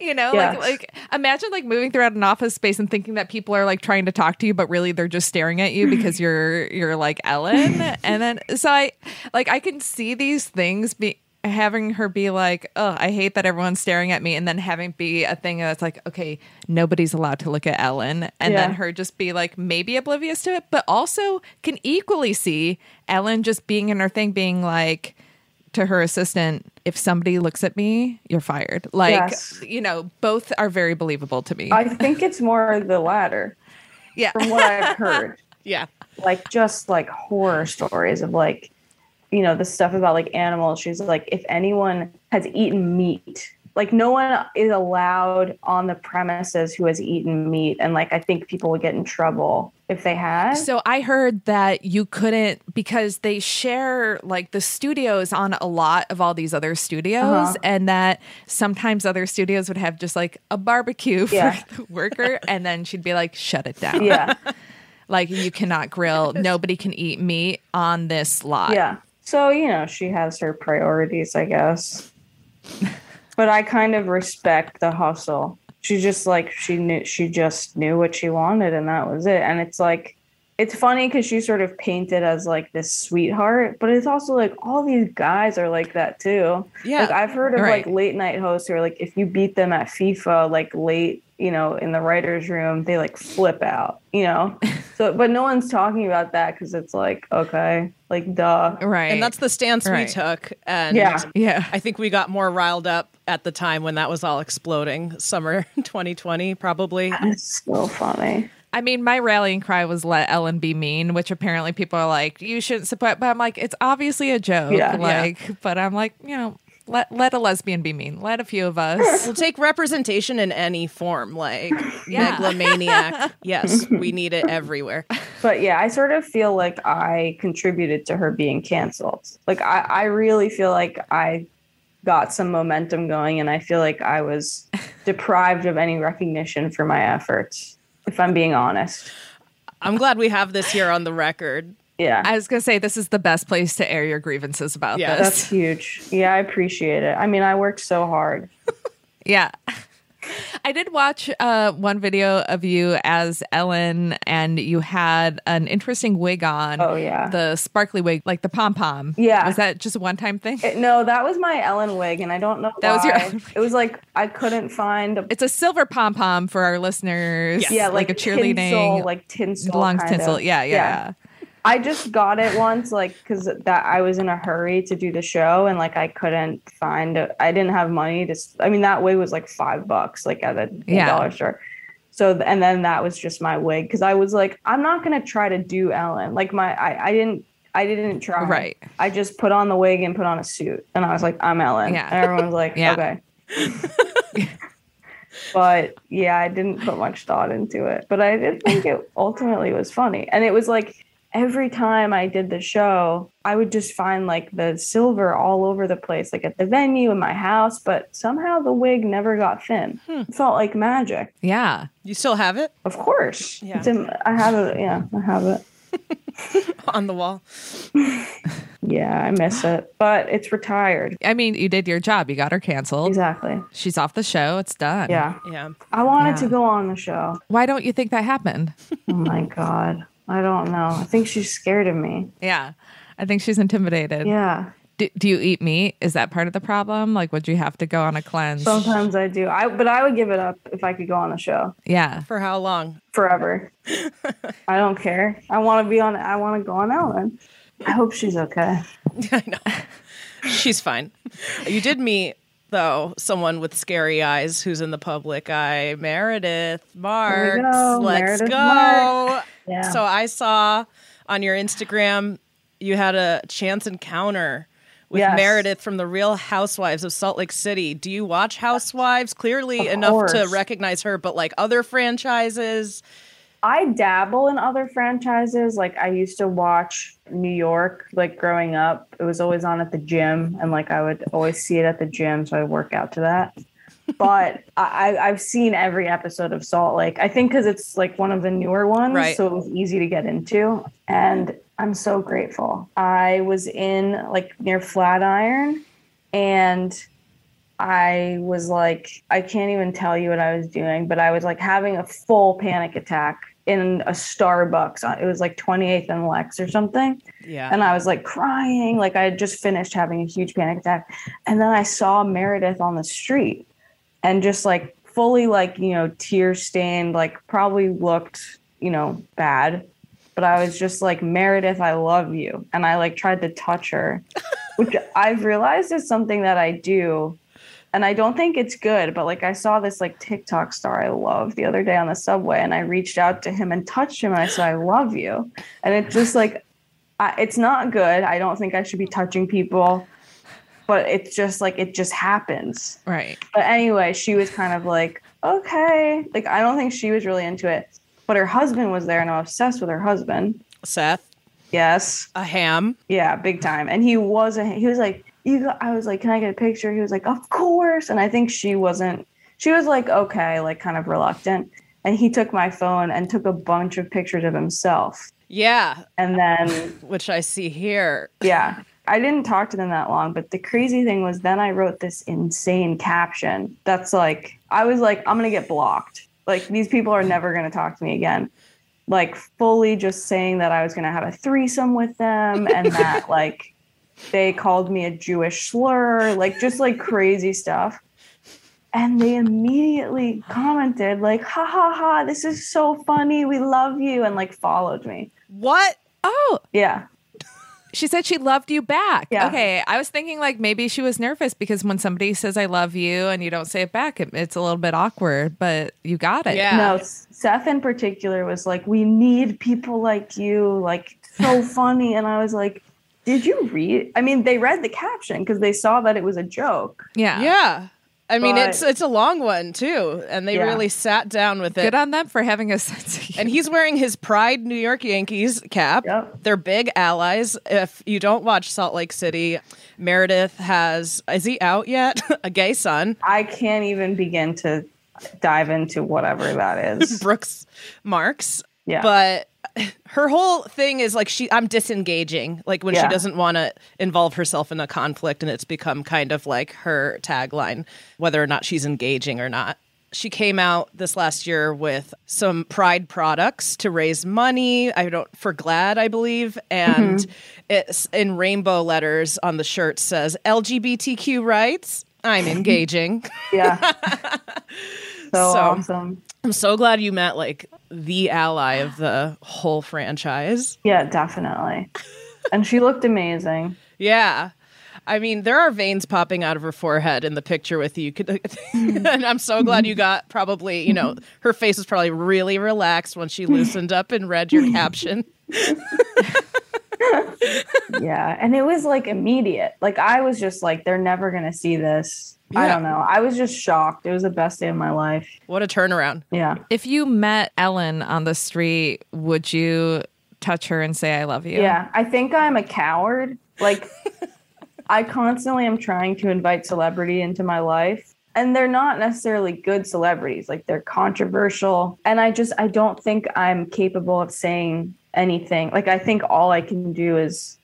you know,
Yeah.
like like imagine like moving throughout an office space and thinking that people are like trying to talk to you, but really they're just staring at you because you're you're like Ellen, and then so I like I can see these things be. Having her be like, oh, I hate that everyone's staring at me, and then having be a thing that's like, okay, nobody's allowed to look at Ellen, and then
Yeah.
her just be like maybe oblivious to it, but also can equally see Ellen just being in her thing, being like to her assistant, if somebody looks at me, you're fired. Like,
Yes.
you know, both are very believable to me.
I think it's more the latter
yeah.
from what I've heard.
Yeah.
like just like horror stories of like you know the stuff about like animals she's like if anyone has eaten meat like no one is allowed on the premises who has eaten meat and like i think people would get in trouble if they had
So I heard that you couldn't because they share like the studios on a lot of all these other studios,
Uh-huh.
and that sometimes other studios would have just like a barbecue for
Yeah.
the worker, and then she'd be like, "Shut it down."
yeah
Like you cannot grill. Nobody can eat meat on this lot.
yeah so you know she has her priorities i guess but i kind of respect the hustle she just like she knew she just knew what she wanted and that was it and it's like it's funny because she's sort of painted as like this sweetheart but it's also like all these guys are like that too
Yeah.
like i've heard of
Right.
like late night hosts who are like if you beat them at fifa like late you know in the writers room they like flip out you know so but no one's talking about that because it's like okay like duh
Right.
And that's the stance we
Right.
took. And
Yeah.
yeah.
I think we got more riled up at the time when that was all exploding, summer 2020, probably.
Uh,
It's so funny.
I mean, my rallying cry was "Let Ellen be mean," which apparently people are like, "You shouldn't support." But I'm like, it's obviously a joke.
Yeah.
like, but I'm like, you know, Let, let a lesbian be mean. Let a few of us.
We'll take representation in any form, like
Yeah.
megalomaniac. yes, we need it everywhere.
But yeah, I sort of feel like I contributed to her being canceled. Like I, I really feel like I got some momentum going and I feel like I was deprived of any recognition for my efforts, if I'm being honest.
I'm glad we have this here on the record.
Yeah.
I was going to say, this is the best place to air your grievances about
Yeah.
this.
that's huge. Yeah, I appreciate it. I mean, I worked so hard.
Yeah. I did watch uh, one video of you as Ellen, and you had an interesting wig on.
Oh, yeah.
the sparkly wig, like the pom pom.
Yeah.
was that just a one time thing?
It- no, that was my Ellen wig, and I don't know
That was your
why.
Ellen
it was like I couldn't find a
it's a silver pom pom for our listeners.
yeah, like,
a cheerleading,
tinsel, like tinsel,
long
kind
tinsel.
of.
Yeah, yeah, yeah.
I just got it once, like, because that I was in a hurry to do the show, and like I couldn't find. I I didn't have money to. s- I mean, that wig was like five bucks, like at a
Yeah.
dollar store. So th- and then that was just my wig because I was like, I'm not gonna try to do Ellen. Like my, I, I didn't. I didn't try.
Right.
I just put on the wig and put on a suit, and I was like, I'm Ellen.
Yeah.
And everyone was like,
Yeah.
okay. but yeah, I didn't put much thought into it. But I did think it ultimately was funny. And it was like every time I did the show, I would just find like the silver all over the place, like at the venue, in my house, but somehow the wig never got thin.
Hmm.
It felt like magic.
Yeah.
You still have it
Of course.
Yeah.
It's in, I have it. Yeah, I have it.
on the wall.
Yeah, I miss it. But it's retired.
I mean, you did your job. You got her canceled.
Exactly.
She's off the show. It's done.
Yeah.
Yeah.
I wanted to go on the show.
Why don't you think that happened?
Oh my God. I don't know. I think she's scared of me.
Yeah. I think she's intimidated.
Yeah.
Do, do you eat meat? Is that part of the problem? Like, would you have to go on a cleanse?
Sometimes I do. I but I would give it up if I could go on the show
Yeah.
For how long?
forever. I don't care. I want to be on. I want to go on Ellen. I hope she's okay.
I know. She's fine. You did meet though someone with scary eyes who's in the public eye, Meredith Marks.
go,
Let's
Meredith
go.
Marks. Yeah.
So I saw on your Instagram you had a chance encounter with
Yes.
Meredith from the Real Housewives of Salt Lake City. Do you watch Housewives? Clearly
Of
enough to
course.
recognize her, but like other franchises.
I dabble in other franchises. Like I used to watch New York. Like growing up, it was always on at the gym, and like I would always see it at the gym, so I work out to that. But I, I- I've seen every episode of Salt Lake. I think because it's like one of the newer ones,
Right.
so it was easy to get into. And I'm so grateful. I was in like near Flatiron, and I was like, I can't even tell you what I was doing, but I was like having a full panic attack in a Starbucks. uh, It was like 28th and Lex or something.
Yeah.
And I was like crying. Like I had just finished having a huge panic attack. And then I saw Meredith on the street and just like fully, like, you know, tear stained, like probably looked, you know, bad. But I was just like, Meredith, I love you. And I like tried to touch her, which I've realized is something that I do and I don't think it's good, but like I saw this like TikTok star I love the other day on the subway, and I reached out to him and touched him, and I said, "I love you," and it's just like, I, it's not good. I don't think I should be touching people, but it's just like it just happens.
Right.
But anyway, she was kind of like, okay, like I don't think she was really into it, but her husband was there, and I'm obsessed with her husband.
Seth,
Yes,
a ham.
yeah, big time. And he wasn't. He was like, "You." Got, I was like, "Can I get a picture?" He was like, "Of course." And I think she wasn't. She was like, "Okay," like kind of reluctant. And he took my phone and took a bunch of pictures of himself.
Yeah,
And then,
which I see here.
yeah, I didn't talk to them that long. But the crazy thing was, then I wrote this insane caption. That's like, I was like, "I'm gonna get blocked." Like these people are never gonna talk to me again. Like fully just saying that I was gonna have a threesome with them and that like they called me a Jewish slur, like just like crazy stuff. And they immediately commented, like, ha ha ha, this is so funny. We love you. And like followed me.
What?
Oh,
Yeah.
she said she loved you back.
Yeah.
Okay. I was thinking like maybe she was nervous because when somebody says I love you and you don't say it back, it, it's a little bit awkward, but you got it.
Yeah.
No, Seth in particular was like, we need people like you. Like, so funny. And I was like, Did you read? I mean, they read the caption because they saw that it was a joke.
Yeah.
Yeah. I mean,
But-
it's it's a long one too, and they
Yeah.
really sat down with it.
Good on them for having a sense of humor.
and he's wearing his Pride New York Yankees cap.
Yep.
They're big allies. If you don't watch Salt Lake City, Meredith has is he out yet? a gay son.
I can't even begin to dive into whatever that is.
Brooks Marks.
Yeah.
But her whole thing is like she I'm disengaging. Like when she
Yeah.
doesn't want to involve herself in a conflict and it's become kind of like her tagline whether or not she's engaging or not. She came out this last year with some pride products to raise money, I don't for glad I believe, and
Mm-hmm.
it's in rainbow letters on the shirt says LGBTQ rights. I'm engaging.
yeah. so awesome.
I'm so glad you met like the ally of the whole franchise.
Yeah, definitely. and she looked amazing.
Yeah. I mean, there are veins popping out of her forehead in the picture with you. Could- and I'm so glad you got probably, you know, her face was probably really relaxed when she loosened up and read your caption.
Yeah. And it was like immediate. Like I was just like, they're never gonna see this. I
Yeah.
don't know. I was just shocked. It was the best day of my life.
What a turnaround.
Yeah.
If you met Ellen on the street, would you touch her and say, I love you?
Yeah, I think I'm a coward. Like, I constantly am trying to invite celebrity into my life, and they're not necessarily good celebrities. Like, they're controversial, and I just I don't think I'm capable of saying anything. Like, I think all I can do is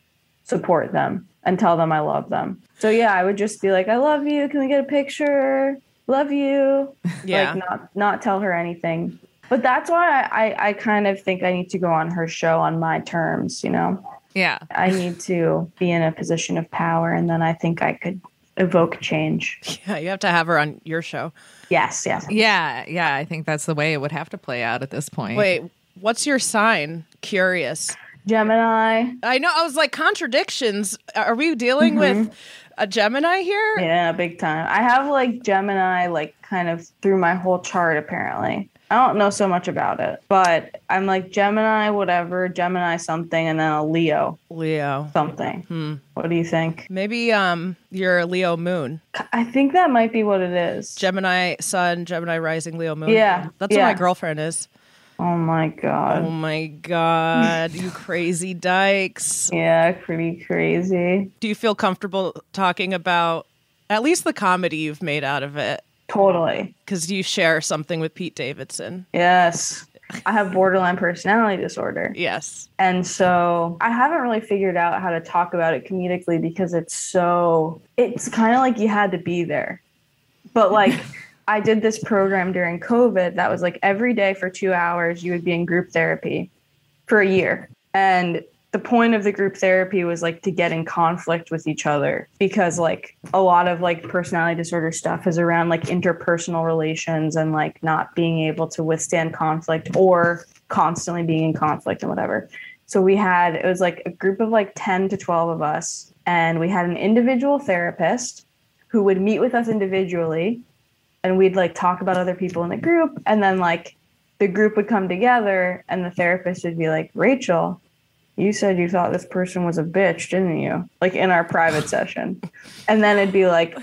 support them and tell them I love them. So yeah, I would just be like, I love you. Can we get a picture? Love you
Yeah.
like not not tell her anything but that's why I, I i kind of think i need to go on her show on my terms you know
Yeah.
i need to be in a position of power and then i think i could evoke change
yeah, you have to have her on your show.
yes yes
Yeah. Yeah. I think that's the way it would have to play out at this point.
Wait, what's your sign? Curious.
gemini
I know I was like contradictions. Are we dealing with a Gemini here?
yeah big time i have like gemini like kind of through my whole chart apparently i don't know so much about it but i'm like gemini whatever gemini something and then a leo
Leo.
something what do you think
Maybe um you're a Leo moon.
i think that might be what it is
Gemini sun, Gemini rising, Leo moon.
Yeah,
That's
yeah.
what my girlfriend is.
oh my god
Oh my god, you crazy dykes.
Yeah, pretty crazy.
Do you feel comfortable talking about at least the comedy you've made out of it?
Totally.
Because you share something with Pete Davidson.
Yes. I have borderline personality disorder.
Yes.
And so I haven't really figured out how to talk about it comedically because it's so, it's kind of like you had to be there. But like, I did this program during COVID that was like every day for two hours, you would be in group therapy for a year. And the point of the group therapy was like to get in conflict with each other because like a lot of like personality disorder stuff is around like interpersonal relations and like not being able to withstand conflict or constantly being in conflict and whatever. So we had it was like a group of like 10 to 12 of us and we had an individual therapist who would meet with us individually and we'd like talk about other people in the group and then like the group would come together and the therapist would be like rachel you said you thought this person was a bitch didn't you like in our private session and then it'd be like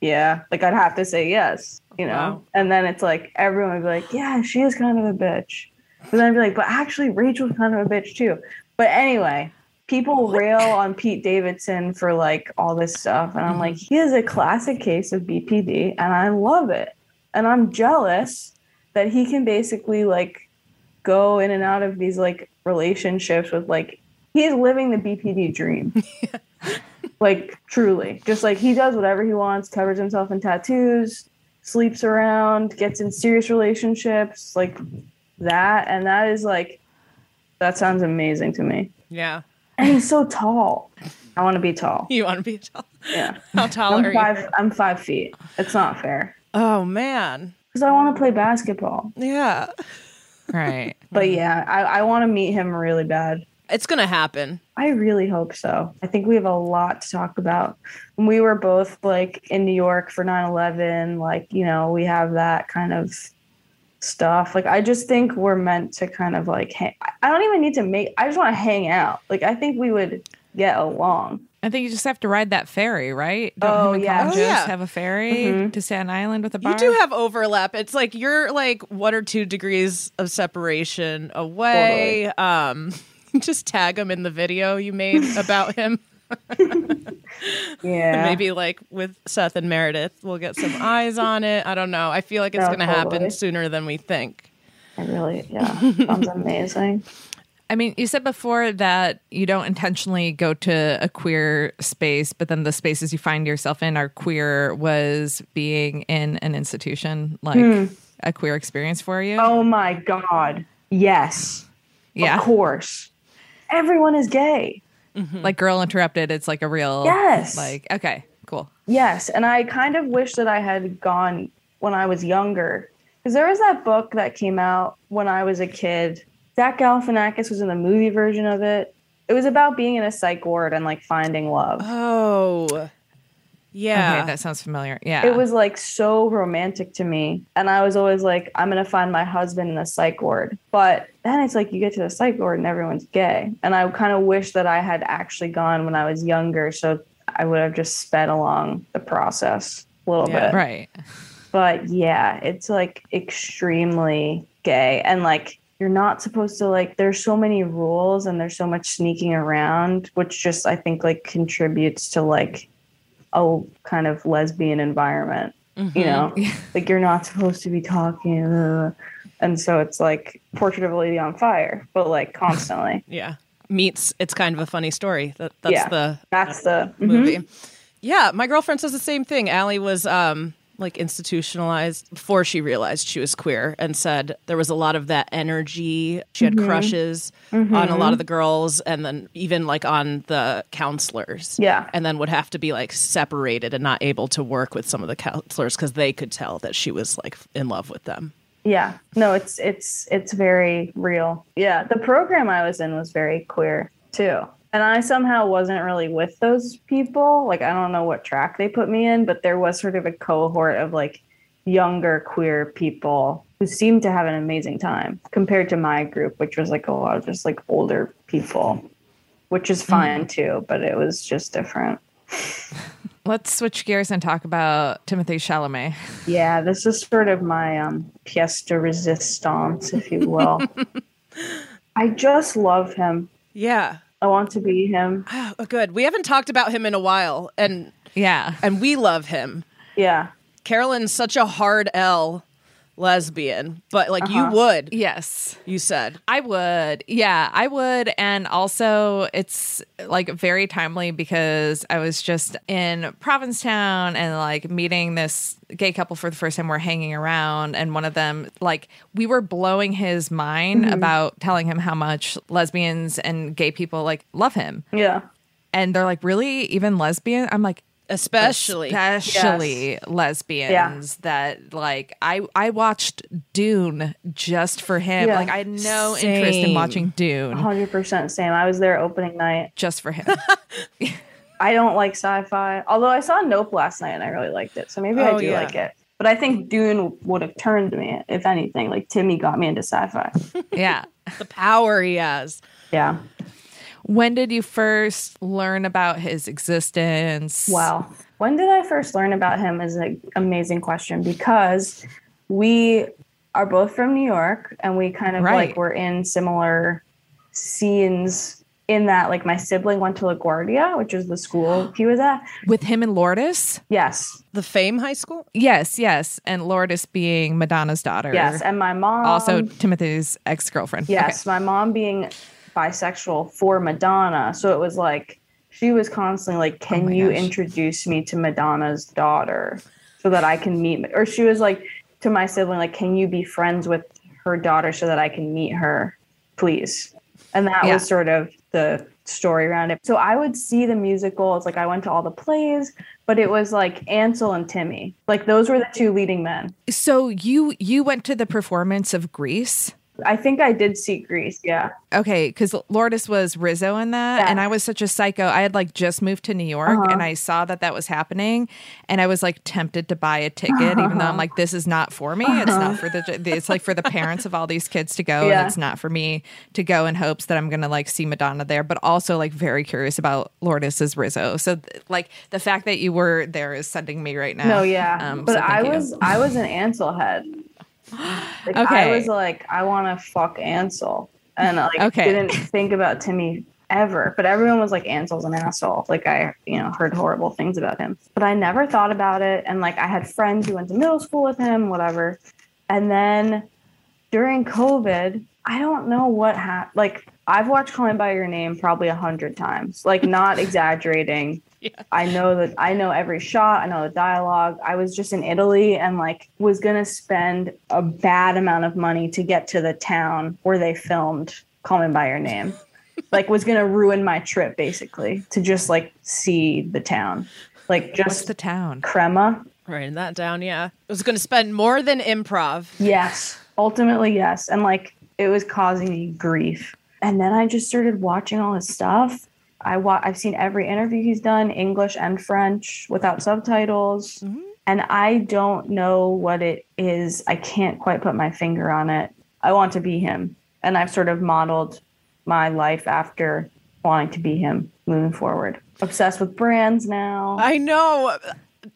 yeah like i'd have to say yes you know
Wow.
and then it's like everyone would be like yeah she is kind of a bitch but then i'd be like but actually rachel's kind of a bitch too but anyway people rail on Pete Davidson for like all this stuff. And I'm like, he is a classic case of BPD and I love it. And I'm jealous that he can basically like go in and out of these like relationships with like, he's living the BPD dream. like, truly. Just like he does whatever he wants, covers himself in tattoos, sleeps around, gets in serious relationships, like that. And that is like, that sounds amazing to me.
Yeah.
And he's so tall. I want to be tall.
You want to be tall?
Yeah.
How tall
I'm
are you?
five, I'm five feet. It's not fair
Oh man.
because I want to play basketball.
Yeah.
Right.
But
Mm.
yeah, I, I want to meet him really bad.
It's gonna happen.
I really hope so. I think we have a lot to talk about. When we were both like in New York for 9 11, like, you know, we have that kind of stuff. Like, I just think we're meant to kind of like, hang- I don't even need to make, I just want to hang out. Like, I think we would get along.
I think you just have to ride that ferry, right? Don't
Oh,
him and
yeah. Mm-hmm.
Colin
Oh,
Jost
yeah.
have a ferry to Staten Island with a bar.
You do have overlap. It's like you're like one or two degrees of separation away. Um, just tag him in the video you made about him.
Yeah.
Maybe like with Seth and Meredith, we'll get some eyes on it. I don't know. I feel like it's
No,
going to
totally.
happen sooner than we think.
I really, yeah. Sounds amazing.
I mean, you said before that you don't intentionally go to a queer space, but then the spaces you find yourself in are queer. Was being in an institution like a queer experience for you?
Hmm. Oh my God. Yes.
yeah,
Of course. Everyone is gay.
like Girl Interrupted. It's like a real
Yes.
Like okay, cool.
Yes. And I kind of wish that I had gone when I was younger. Because there was that book that came out when I was a kid. Zach Galifianakis was in the movie version of it. It was about being in a psych ward and like finding love.
Oh, yeah.
Okay, that sounds familiar. Yeah,
Uh-huh. It was like so romantic to me. And I was always like, I'm going to find my husband in the psych ward. But then it's like you get to the psych ward and everyone's gay. And I kind of wish that I had actually gone when I was younger. So I would have just sped along the process a little
Yeah.
bit.
right.
But yeah, it's like extremely gay. And like, you're not supposed to like there's so many rules and there's so much sneaking around which just i think like contributes to like a kind of lesbian environment
Mm-hmm.
you know like you're not supposed to be talking uh, and so it's like portrait of a lady on fire but like constantly
Yeah. Meets, it's kind of a funny story. That, that's
Yeah.
the
that's the mhm.
movie. Yeah, my girlfriend says the same thing. Allie was um like institutionalized before she realized she was queer and said there was a lot of that energy. She had crushes on a lot of the girls and then even like on the counselors.
Yeah.
And then would have to be like separated and not able to work with some of the counselors cuz they could tell that she was like in love with them.
yeah no it's it's it's very real yeah the program i was in was very queer too and i somehow wasn't really with those people like i don't know what track they put me in but there was sort of a cohort of like younger queer people who seemed to have an amazing time compared to my group which was like a lot of just like older people which is fine too but it was just different
Let's switch gears and talk about Timothy Chalamet.
yeah this is sort of my um pièce de resistance if you will i just love him
Yeah.
I want to be him.
Oh, good. We haven't talked about him in a while and
Yeah,
and we love him.
Yeah.
Carolyn's such a hard L lesbian, but like
Uh-huh.
you would,
yes.
you said.
I would. Yeah, I would. And also, it's like very timely because I was just in Provincetown and like meeting this gay couple for the first time. We're hanging around, and one of them, like, we were blowing his mind
Mm-hmm.
about telling him how much lesbians and gay people like love him.
Yeah.
And they're like, really? Even lesbian? I'm like,
Especially.
especially lesbians that like I I watched Dune just for him.
Yeah. Uh-huh.
Like I had no interest in
Same.
watching Dune
100% Sam. I was there opening night.
just for him.
I don't like sci fi, although I saw Nope last night and I really liked it. So maybe
Oh,
I do
yeah.
like it. But I think Dune would have turned me, if anything. Like Timmy got me into sci fi.
yeah.
the power he has.
Yeah.
When did you first learn about his existence?
Wow. When did I first learn about him is an amazing question because we are both from New York and we kind of
Right.
like were in similar scenes in that like my sibling went to LaGuardia, which is the school he was at.
With him and Lourdes?
Yes.
The Fame High School?
Yes, yes. And Lourdes being Madonna's daughter.
Yes. And my mom
also Timothy's ex girlfriend.
Yes, my mom being bisexual for Madonna. So it was like she was constantly like, "Can you introduce me to Madonna's daughter so that I can meet?" Or she was like to my sibling, "Like, can you be friends with her daughter so that I can meet her, please?" And that
Yeah.
was sort of the story around it. So I would see the musicals, like I went to all the plays, but it was like Ansel and Timmy. Like those were the two leading men.
So you you went to the performance of Greece?
I think I did see Grease. Yeah.
okay, because Lourdes was Rizzo in that,
Yeah. Uh-huh.
and I was such a psycho. I had like just moved to New York, and I saw that that was happening, and I was like tempted to buy a ticket, even though I'm like, this is not for me. It's not for the. It's like for the parents of all these kids to go,
Uh-huh. Yeah.
and it's not for me to go in hopes that I'm gonna like see Madonna there, but also like very curious about Lourdes as Rizzo. So th- like the fact that you were there is sending me right now.
No, yeah.
Um,
but
so
I
thank you.
was I was an Ansel head. Like,
Okay.
I was like, I want to fuck Ansel, and I like,
Okay.
didn't think about Timmy ever. But everyone was like, Ansel's an asshole. Like I, you know, heard horrible things about him, but I never thought about it. And like I had friends who went to middle school with him, whatever. And then during COVID, I don't know what happened. Like I've watched Calling by Your Name probably a hundred times. Like not exaggerating. I know that I know every shot, I know the dialogue. I was just in Italy and like was gonna spend a bad amount of money to get to the town where they filmed Call Me by Your Name. like was gonna ruin my trip basically to just like see the town. Like
What's
just
the town?
crema.
Writing that down, yeah. I was going to spend more than improv.
Yes. Ultimately, yes. And like it was causing me grief. And then I just started watching all his stuff. I wa- I've seen every interview he's done, English and French, without subtitles. And I don't know what it is. I can't quite put my finger on it. I want to be him. And I've sort of modeled my life after wanting to be him moving forward. Obsessed with brands now.
I know.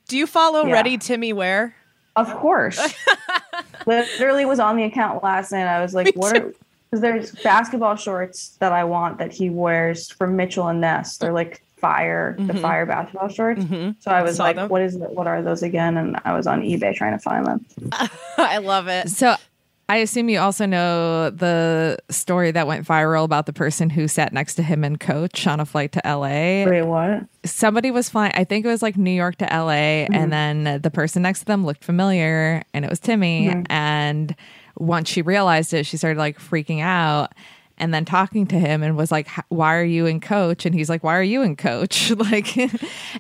Do you follow
Yeah.
Ready Timmy Ware?
Of course. Literally was on the account last night. I was like, what are because there's basketball shorts that I want that he wears from Mitchell and Ness. They're like fire, the fire basketball shorts. So I was
Mm-hmm. Saw
like,
them.
what is it? What are those again? And I was on eBay trying to find them.
I love it.
So I assume you also know the story that went viral about the person who sat next to him and coach on a flight to LA.
Wait, what?
Somebody was flying, I think it was like New York to LA,
Mm-hmm.
and then the person next to them looked familiar and it was Timmy.
Mm-hmm.
And once she realized it, she started like freaking out and then talking to him and was like, "H- Why are you in coach? And he's like, Why are you in coach? like,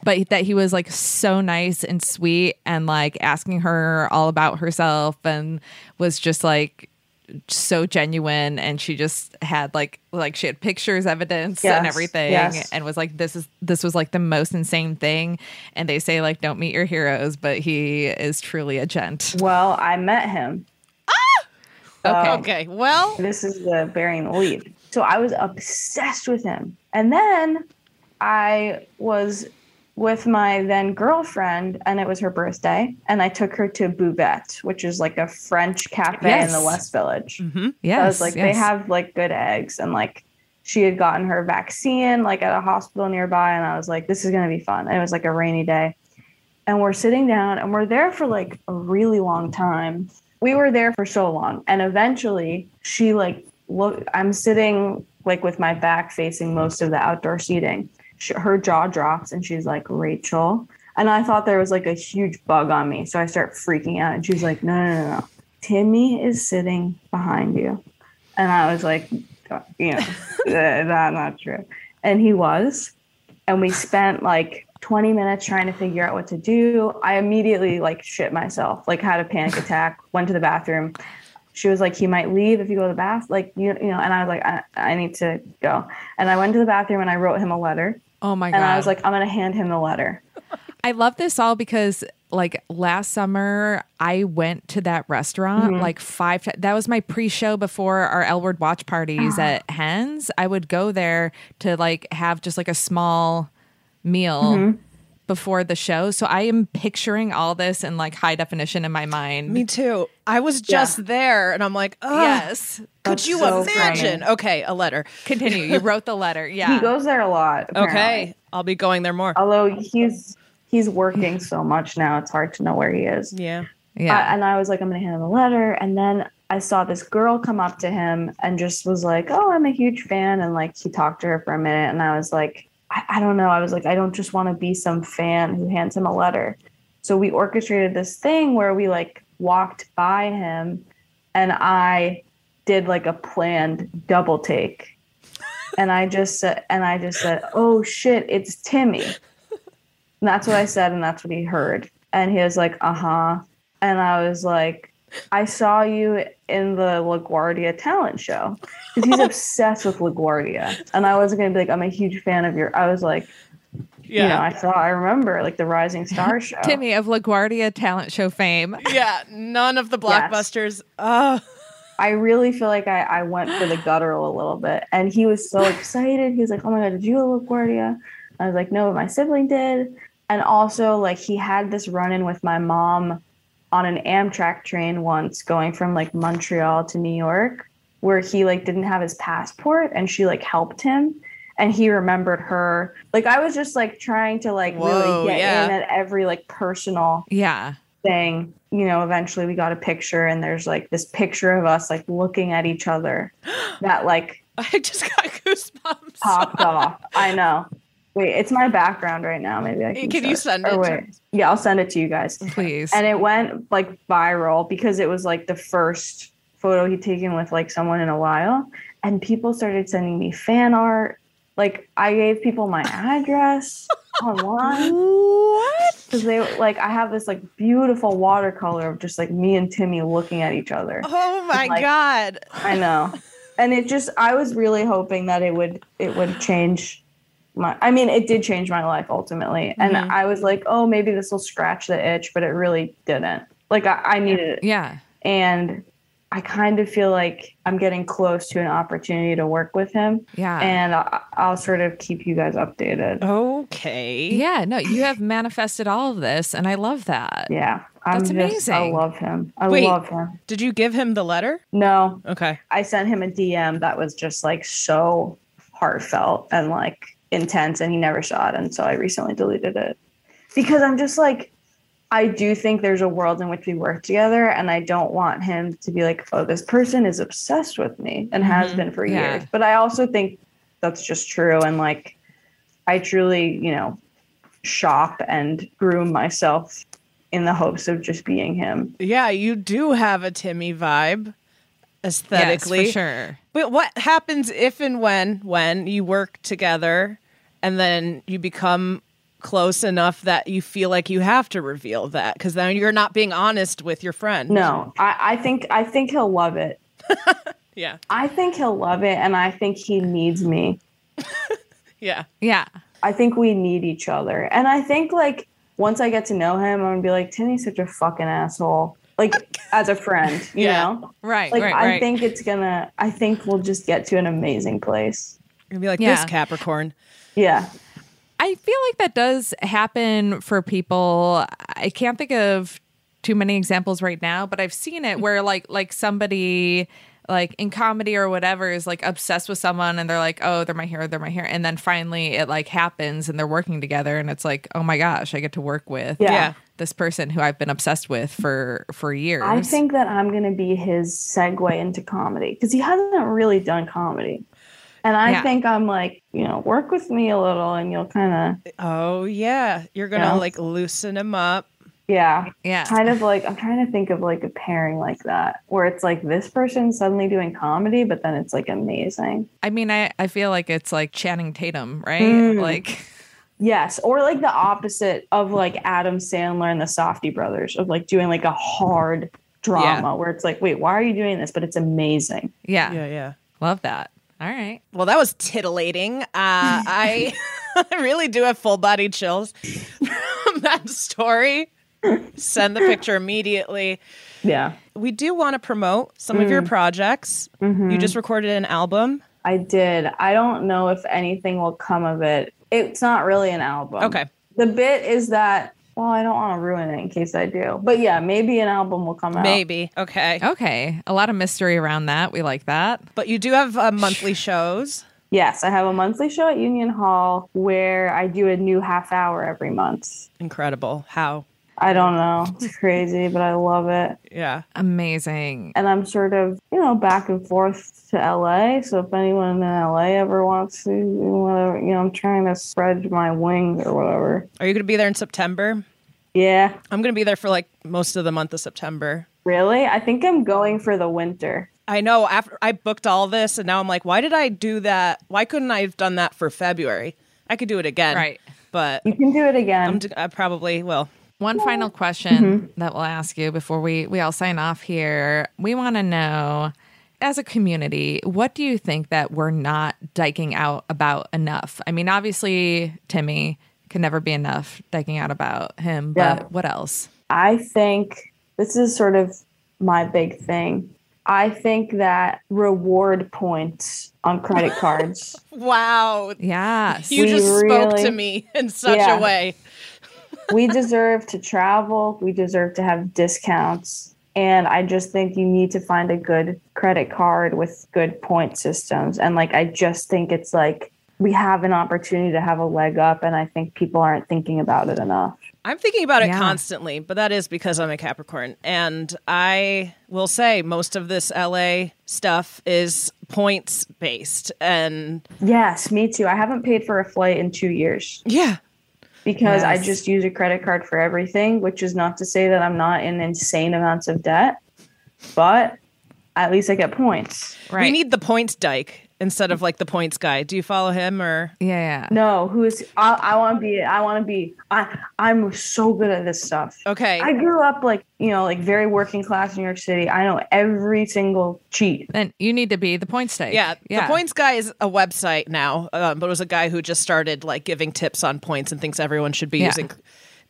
but that he was like so nice and sweet and like asking her all about herself and was just like, so genuine and she just had like like she had pictures evidence and
Yes,
everything
yes.
and was like this is this was like the most insane thing and they say like don't meet your heroes but he is truly a gent
Well, I met him.
okay
Okay. Well,
This is the burying the lead. So I was obsessed with him. And then I was with my then girlfriend, and it was her birthday. And I took her to Bouvette, which is like a French cafe
Yes.
in the West Village.
yes
I was like, they
yes.
have like good eggs. And like, she had gotten her vaccine like at a hospital nearby. And I was like, this is going to be fun. And it was like a rainy day. And we're sitting down and we're there for like a really long time. We were there for so long. And eventually she like, look, I'm sitting like with my back facing most of the outdoor seating. She, her jaw drops and she's like, Rachel. And I thought there was like a huge bug on me. So I start freaking out. And she's like, no, no, no, no. Timmy is sitting behind you. And I was like, you know, that's not true. And he was. And we spent like 20 minutes trying to figure out what to do. I immediately like shit myself, like had a panic attack, went to the bathroom. She was like, he might leave if you go to the bath. Like, you, you know, and I was like, I, I need to go. And I went to the bathroom and I wrote him a letter.
oh my god
And I was like, I'm going to hand him the letter.
I love this all because like last summer I went to that restaurant
Mm-hmm.
like five ti- that was my pre-show before our L Word watch parties
Uh-huh.
at Hens. I would go there to like have just like a small meal
Mm-hmm.
before the show. So I am picturing all this in like high definition in my mind.
me too. I was just there and I'm like, oh,
yes.
could you
so
imagine? Okay, a letter.
Continue. You wrote the letter.
He
Oh, Yeah.
goes there a lot. apparently.
Okay. I'll be going there more.
Although he's, he's working so much now, it's hard to know where he is.
yeah.
yeah.
I- and I was like, I'm going to hand him a letter. And then I saw this girl come up to him and just was like, Oh, I'm a huge fan. And like, he talked to her for a minute. And I was like, I, I don't know. I was like, I don't just want to be some fan who hands him a letter. So we orchestrated this thing where we like walked by him and I did like a planned double take. And I just said, and I just said, oh shit, it's Timmy. And that's what "Uh-huh." I said, and that's what he heard. And he was like, uh huh. And I was like, I saw you in the LaGuardia talent show. 'Cause he's obsessed with LaGuardia. And I wasn't going to be like, I'm a huge fan of your. I was like, you know, I saw, I remember like the Rising Star show.
Timmy of LaGuardia talent show fame.
yeah. None of the blockbusters. Oh,
I really feel like I, I went for the guttural a little bit. And he was so excited. He was like, Oh my God, did you go to LaGuardia? I was like, No, but my sibling did. And also, like, he had this run in with my mom on an Amtrak train once going from like Montreal to New York, where he like didn't have his passport and she like helped him. And he remembered her. Like, I was just like trying to like
Whoa,
really get
yeah.
in at every like personal
Yeah.
thing you know eventually we got a picture and there's like this picture of us like looking at each other that like
I just got goosebumps.
popped off i know wait it's my background right now maybe i can,
Can you
start-
send
or
it to-
wait. yeah i'll send it to you guys
Please.
and it went like viral because it was like the first photo he'd taken with like someone in a while and people started sending me fan art like i gave people my address online
what?
because they like I have this like beautiful watercolor of just like me and Timmy looking at each other.
Oh my
Like-
God.
I know, and it just I was really hoping that it would it would change my. I mean, it did change my life ultimately, and
Mm-hmm.
I was like, oh, maybe this will scratch the itch, but it really didn't. Like I, I needed it,
Yeah.
and I kind of feel like I'm getting close to an opportunity to work with him,
Yeah. Oh,
and I, I'll sort of keep you guys updated.
Okay.
yeah. No, you have manifested all of this, and I love that.
Yeah, I'm
That's
just-
amazing.
I love him. I
Wait.
love him.
Did you give him the letter?
No,
Okay.
I sent him a DM that was just like so heartfelt and like intense, and he never saw it. And so I recently deleted it because I'm just like, I do think there's a world in which we work together, and I don't want him to be like, oh, this person is obsessed with me and has been for
Yeah.
years. But I also think that's just true. And like, I truly, you know, shop and groom myself in the hopes of just being him.
Yeah, you do have a Timmy vibe aesthetically.
Yes, for sure.
But what happens if and when when you work together and then you become close enough that you feel like you have to reveal that because then you're not being honest with your friend.
No, I, I think I think he'll love it.
Yeah.
I think he'll love it, and I think he needs me.
Yeah.
Yeah.
I think we need each other, and I think like once I get to know him, I'm gonna be like, Timmy's such a fucking asshole. Like as a friend, you
Yeah.
know.
Right.
Like
right.
I
Right.
think it's gonna. I think we'll just get to an amazing place.
You're gonna be like
Yeah.
this Capricorn.
Yeah,
I feel like that does happen for people. I can't think of too many examples right now, but I've seen it where like like somebody like in comedy or whatever is like obsessed with someone and they're like, "Oh, they're my hero, they're my hero." And then finally it like happens and they're working together and it's like, "Oh my gosh, I get to work with
yeah.
Yeah.
this person who I've been obsessed with for for years."
I think that I'm gonna be his segue into comedy because he hasn't really done comedy, and I
Yeah.
think I'm like, you know, work with me a little, and you'll kind of,
Oh yeah. You're gonna
Yeah.
like loosen him up.
yeah,
yeah.
kind of like I'm trying to think of like a pairing like that where it's like this person suddenly doing comedy, but then it's like amazing.
I mean, I I feel like it's like Channing Tatum, right?
Mm.
Like
Yes, or like the opposite of like Adam Sandler and the Softy Brothers of like doing like a hard drama where it's like, wait, why are you doing this? But it's amazing.
yeah.
Yeah, yeah.
Love that. All right.
Well, that was titillating. Uh, I I really do have full body chills from that story. Send the picture immediately.
Yeah,
We do want to promote some of your projects. You just recorded an album.
I did. I don't know if anything will come of it. It's not really an album.
Okay.
The bit is that. Well, I don't want to ruin it in case I do, but yeah, maybe an album will come out.
Maybe. Okay.
Okay. A lot of mystery around that. We like that.
But you do have uh, monthly shows.
Yes, I have a monthly show at Union Hall where I do a new half hour every month.
Incredible. How?
I don't know. It's crazy, but I love it.
Yeah.
Amazing.
And I'm sort of, you know, back and forth to LA. So if anyone in LA ever wants to, do whatever, you know, I'm trying to spread my wings or whatever.
Are you going to be there in September?
Yeah.
I'm going to be there for like most of the month of September.
Really? I think I'm going for the winter.
I know after I booked all this and now I'm like, why did I do that? Why couldn't I have done that for February? I could do it again.
Right.
But
You can do it again.
I'm d- I probably will.
One final question
Mm-hmm.
that we'll ask you before we, we all sign off here. We want to know, as a community, what do you think that we're not diking out about enough? I mean, obviously, Timmy can never be enough diking out about him,
Yeah.
but what else?
I think this is sort of my big thing. I think that reward points on credit cards.
Wow.
Yes.
You
We
just spoke
really-
to me in such
Yeah.
a way.
we deserve to travel, we deserve to have discounts. And I just think you need to find a good credit card with good point systems. And like, I just think it's like we have an opportunity to have a leg up. And I think people aren't thinking about it enough.
I'm thinking about it
Yeah.
constantly, but that is because I'm a Capricorn. And I will say most of this LA stuff is points based. And
Yes, me too. I haven't paid for a flight in two years.
yeah,
because I
Yes.
just use a credit card for everything, which is not to say that I'm not in insane amounts of debt, but at least I get points.
Right.
we need the points dyke instead of like the points guy. Do you follow him or?
yeah. yeah.
No, who is I, I want to be I want to be I I'm so good at this stuff.
Okay.
I grew up like, you know, like very working class New York City. I know every single cheat.
Then you need to be the point stake.
yeah, the points guy is a website now, um, but it was a guy who just started like giving tips on points and thinks everyone should be
Yeah.
using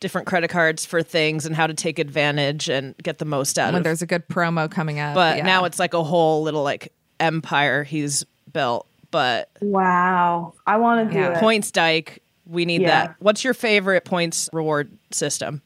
different credit cards for things and how to take advantage and get the most out
When
of
there's a good promo coming up.
but
yeah.
now it's like a whole little like empire he's built. But
Wow. I want to do
Yeah.
it.
points dyke, we need
Yeah.
that. What's your favorite points reward system?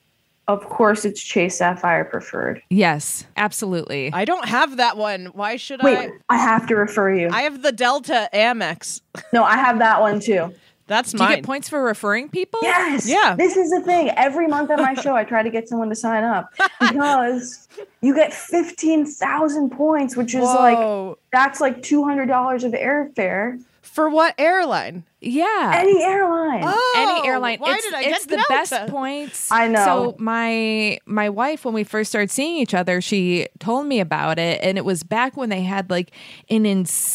Of course it's Chase Sapphire preferred.
Yes, absolutely.
I don't have that one. Why should
Wait,
I?
I have to refer you.
I have the Delta Amex.
no, I have that one too.
That's
Do you
mine.
get points for referring people?
Yes.
Yeah.
This is the thing. Every month on my show, I try to get someone to sign up because you get 15,000 points, which is
Whoa.
like, that's like $200 of airfare.
for what airline?
Yeah.
Any airline.
Oh.
any airline.
Why
it's
did I
it's
get
the best
Delta?
points.
I know.
So my my wife, when we first started seeing each other, she told me about it, and it was back when they had like an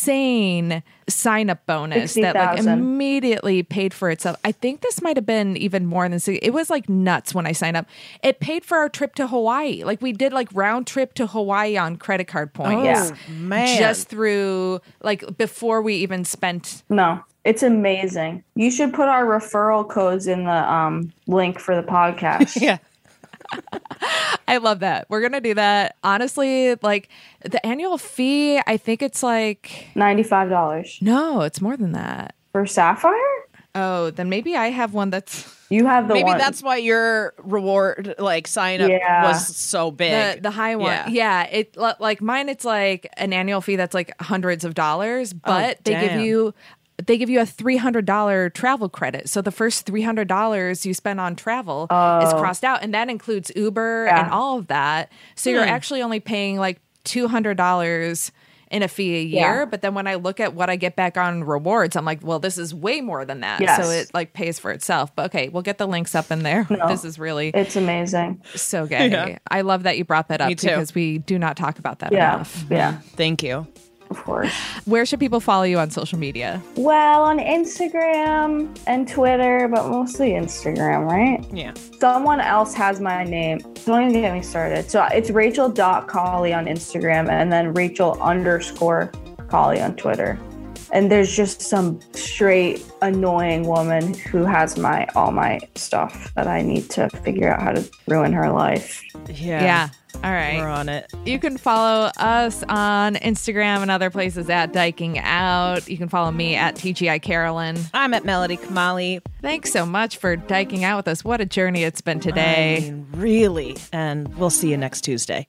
insane sign up bonus that like
60,000.
immediately paid for itself. I think this might have been even more than six. It was like nuts when I signed up. It paid for our trip to Hawaii. Like we did like round trip to Hawaii on credit card points.
Yeah.
man.
Just through like before we even spent
No, it's amazing. You should put our referral codes in the um, link for the podcast.
Yeah.
I love that. We're gonna do that. Honestly, like the annual fee, I think it's like
$95
no, it's more than that.
for Sapphire?
Oh, then maybe I have one that's
You have the
Maybe
one.
that's why your reward like sign up
Yeah.
was so
the,
big.
the high one.
Yeah.
Yeah. it li- like mine. It's like an annual fee that's like hundreds of dollars, but they
Oh, damn.
give you they give you a three hundred dollar travel credit. So the first three hundred dollars you spend on travel is
Oh.
crossed out, and that includes Uber and all of that. So
Hmm.
you're actually only paying like two hundred dollars in a fee a year. But then when I look at what I get back on rewards, I'm like, well, this is way more than that.
Yes.
So it like pays for itself. But okay, we'll get the links up in there. This is really
it's amazing.
so gay. I love that you brought that up
Me too.
because we do not talk about that
Yeah.
enough.
Yeah,
Thank you.
of course.
Where should people follow you on social media?
Well, on Instagram and Twitter, but mostly Instagram, right?
Yeah.
someone else has my name. Don't even get me started. So it's rachel.colley on Instagram and then rachel underscore colley on Twitter. And there's just some straight annoying woman who has my all my stuff that I need to figure out how to ruin her life.
Yeah.
Yeah. All
We're
right.
on it.
You can follow us on Instagram and other places at Diking Out. You can follow me at TGI Carolyn.
I'm at Melody Kamali.
Thanks so much for diking out with us. What a journey it's been today.
I mean, really. And we'll see you next Tuesday.